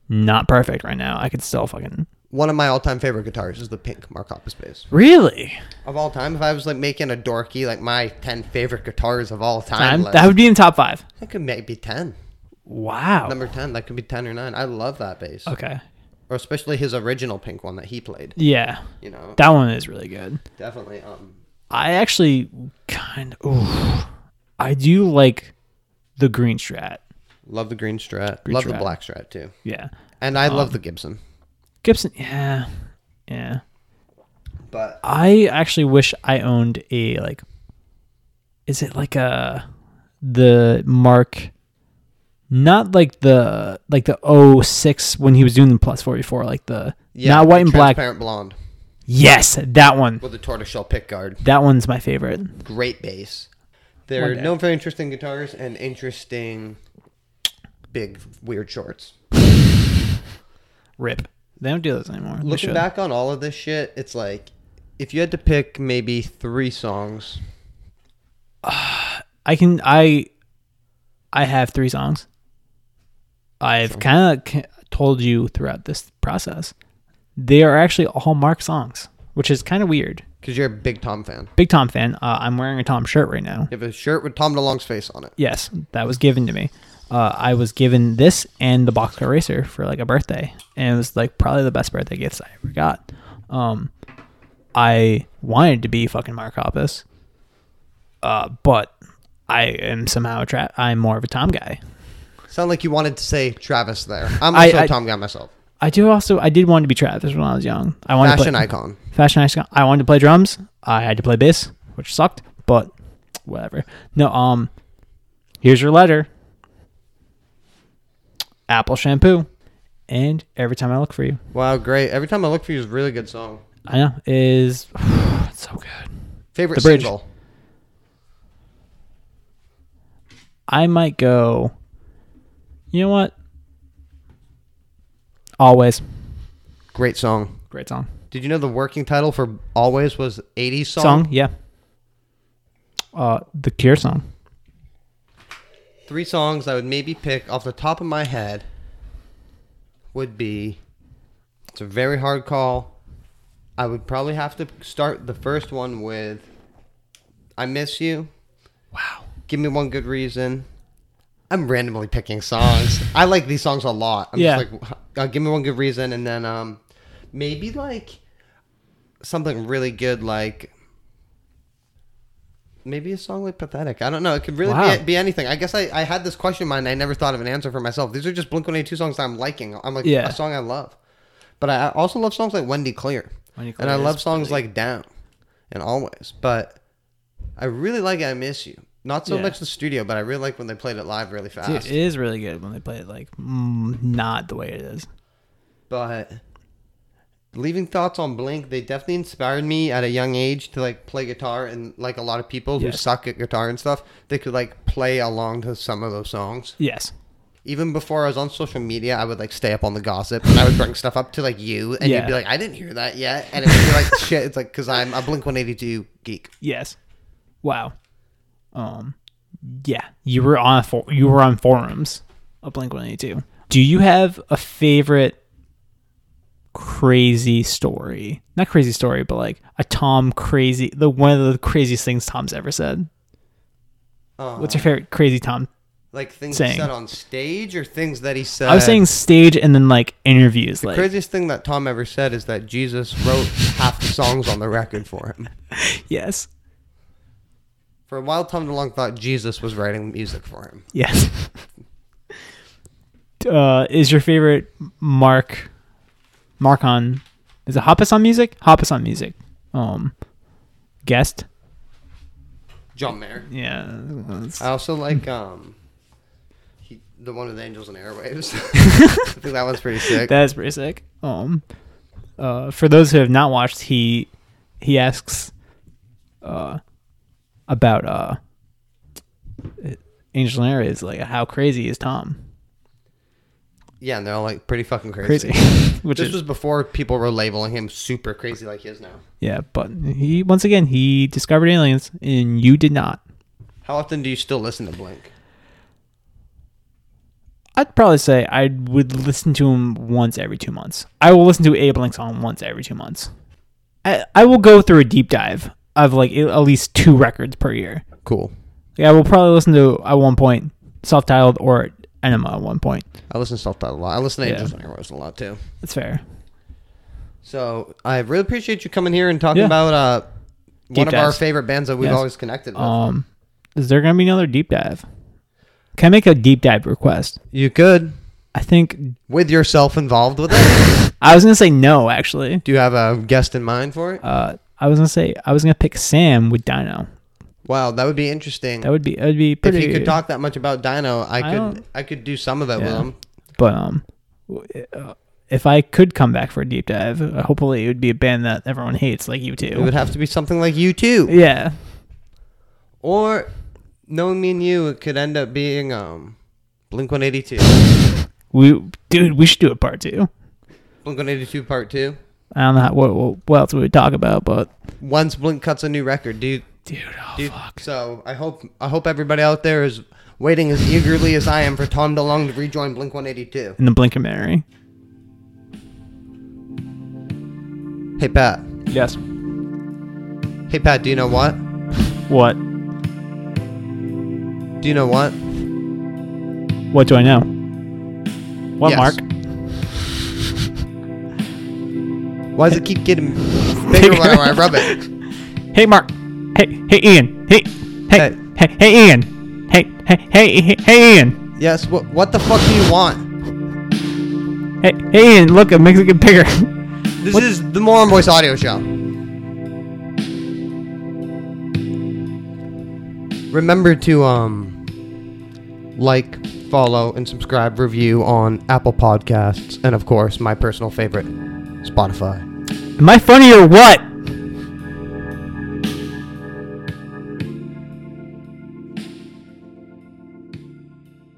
not perfect right now, I could still fucking one of my all-time favorite guitars is the pink Mark Hoppus bass. Really? Of all time, if I was like making a dorky like my ten favorite guitars of all time, Time? list, That would be in top five. that could maybe ten. Wow. Number ten, that could be ten or nine. I love that bass, Okay. or especially his original pink one that he played. Yeah. You know, That one is really good. definitely. Um, I actually kind of. Ooh, I do like the green strat. love the green Strat, love the Strat. Um, black Strat too, Yeah. and I love the Gibson. Gibson. Yeah. Yeah. But I actually wish I owned a like. Is it like a the mark? Not like the like the 06 when he was doing the plus forty four like the yeah, not white and black. transparent blonde Yes, that one. with a tortoiseshell pickguard. That one's my favorite. great bass. They're One day. known for interesting guitars and interesting big weird shorts. Rip. They don't do those anymore. They Looking should. back on all of this shit, it's like if you had to pick maybe three songs, I can I I have three songs. I've kind of told you throughout this process. They are actually all Mark songs, which is kind of weird. because you're a big Tom fan. Big Tom fan. Uh, I'm wearing a Tom shirt right now. You have a shirt with Tom DeLonge's face on it. Yes, that was given to me. Uh, I was given this and the Boxcar Racer for like a birthday, and it was like probably the best birthday gifts I ever got. Um, I wanted to be fucking Mark Hoppus, uh, but I am somehow a tra- I'm more of a Tom guy. Sound like you wanted to say Travis there. I'm I- also a I- Tom guy myself. I do also I did want to be Travis when I was young. I wanted Fashion to play, icon. fashion icon. I wanted to play drums. I had to play bass, which sucked, but whatever. No, um, here's your letter. Apple shampoo, and every time I look for you, Wow, great. Every time I look for you is a really good song. I know is it's so good. Favorite The Bridge. single. I might go. You know what? Always Great song. great song. Did you know the working title for Always was 80s song? Song, yeah. Uh, the Cure song. three songs I would maybe pick off the top of my head would be it's a very hard call. I would probably have to start the first one with I miss you. Wow. Give me one good reason. I'm randomly picking songs. I like these songs a lot. I'm Yeah. just like uh, give me one good reason and then um maybe like something really good like maybe a song like pathetic i don't know it could really Wow. be, be anything i guess I, I had this question in mind i never thought of an answer for myself these are just blink 182 songs that i'm liking i'm like Yeah. a song i love but i I also love songs like wendy clear, Wendy and i Clear love is songs like down and always but i really like i miss you not so Yeah. much the studio but i really like when they played it live really fast Dude, it is really good when they play it like mm, not the way it is. but leaving thoughts on blink they definitely inspired me at a young age to like play guitar and like a lot of people who Yes. suck at guitar and stuff they could like play along to some of those songs Yes. even before i was on social media i would like stay up on the gossip and i would bring stuff up to like you and you'd Yeah. be like i didn't hear that yet and it would be like shit it's like because i'm a blink 182 geek Yes. Wow. Um. Yeah, you were on for- you were on forums of Blink One Eighty Two. Do you have a favorite crazy story? Not crazy story, but like a Tom crazy the one of the craziest things Tom's ever said. um, What's your favorite crazy Tom? like things saying? he said on stage or things that he said I was saying stage and then like interviews. Like craziest thing that tom ever said is that jesus wrote half the songs on the record for him yes, For a while, Tom DeLonge thought Jesus was writing music for him. yes. uh, is your favorite Mark Mark on is it Hoppus on music? Hoppus on music. Um, guest. John Mayer. Yeah, that's- I also like um, he, the one with Angels and Airwaves. I think that one's pretty sick. that is pretty sick. Um, uh, for those who have not watched, he he asks, uh, about uh, Angel and Aries, like how crazy is Tom? yeah, and they're all like pretty fucking crazy. Crazy, which this is was before people were labeling him super crazy like he is now. Yeah, but he once again he discovered aliens and you did not. How often do you still listen to Blink? I'd probably say I would listen to him once every two months. I will listen to Abe Lincoln song once every two months. I, I will go through a deep dive of like at least two records per year. Cool. Yeah, I will probably listen to at one point self titled or Enema at one point. I listen to self-titled a lot. I listen to Yeah. Angels on Your Rose a lot too. That's fair. So I really appreciate you coming here and talking Yeah. about uh, one Deep of our dives. favorite bands that we've Yes. always connected with. Um, is there gonna be another deep dive? Can I make a deep dive request? you could I think with yourself involved with it. I was gonna say no. Actually, Do you have a guest in mind for it? uh, I was gonna say I was gonna pick Sam with Dino. wow, that would be interesting. That would be that would be if pretty. you could talk that much about Dino, I, could don't- I could do some of it with Yeah. him. but um, w- uh, if I could come back for a deep dive, uh, hopefully it would be a band that everyone hates, like you It would two. have to be something like you too, Yeah, or knowing me and you, it could end up being um, Blink One Eighty Two, we dude, we should do a part two. Blink One Eighty Two Part Two. I don't know how, what, what what else we would talk about, but Once Blink cuts a new record, do you, dude, oh do you- fuck, so I hope I hope everybody out there is waiting as eagerly as I am for Tom DeLonge to rejoin Blink One Eighty Two. in the Blinkermary. Hey Pat, Yes. hey Pat, do you know what? What? Do you know what? What do I know? What Yes. Mark? Why does it keep getting bigger when I rub it? Hey Mark. Hey hey Ian. Hey hey hey hey, Ian. Hey hey hey hey, hey Ian. Yes. What What the fuck do you want? Hey hey Ian. Look, it makes it get bigger. This is the Moron Voice Audio Show. Remember to um like, follow, and subscribe, review on Apple Podcasts, and of course, my personal favorite, Spotify. Am I funny or what?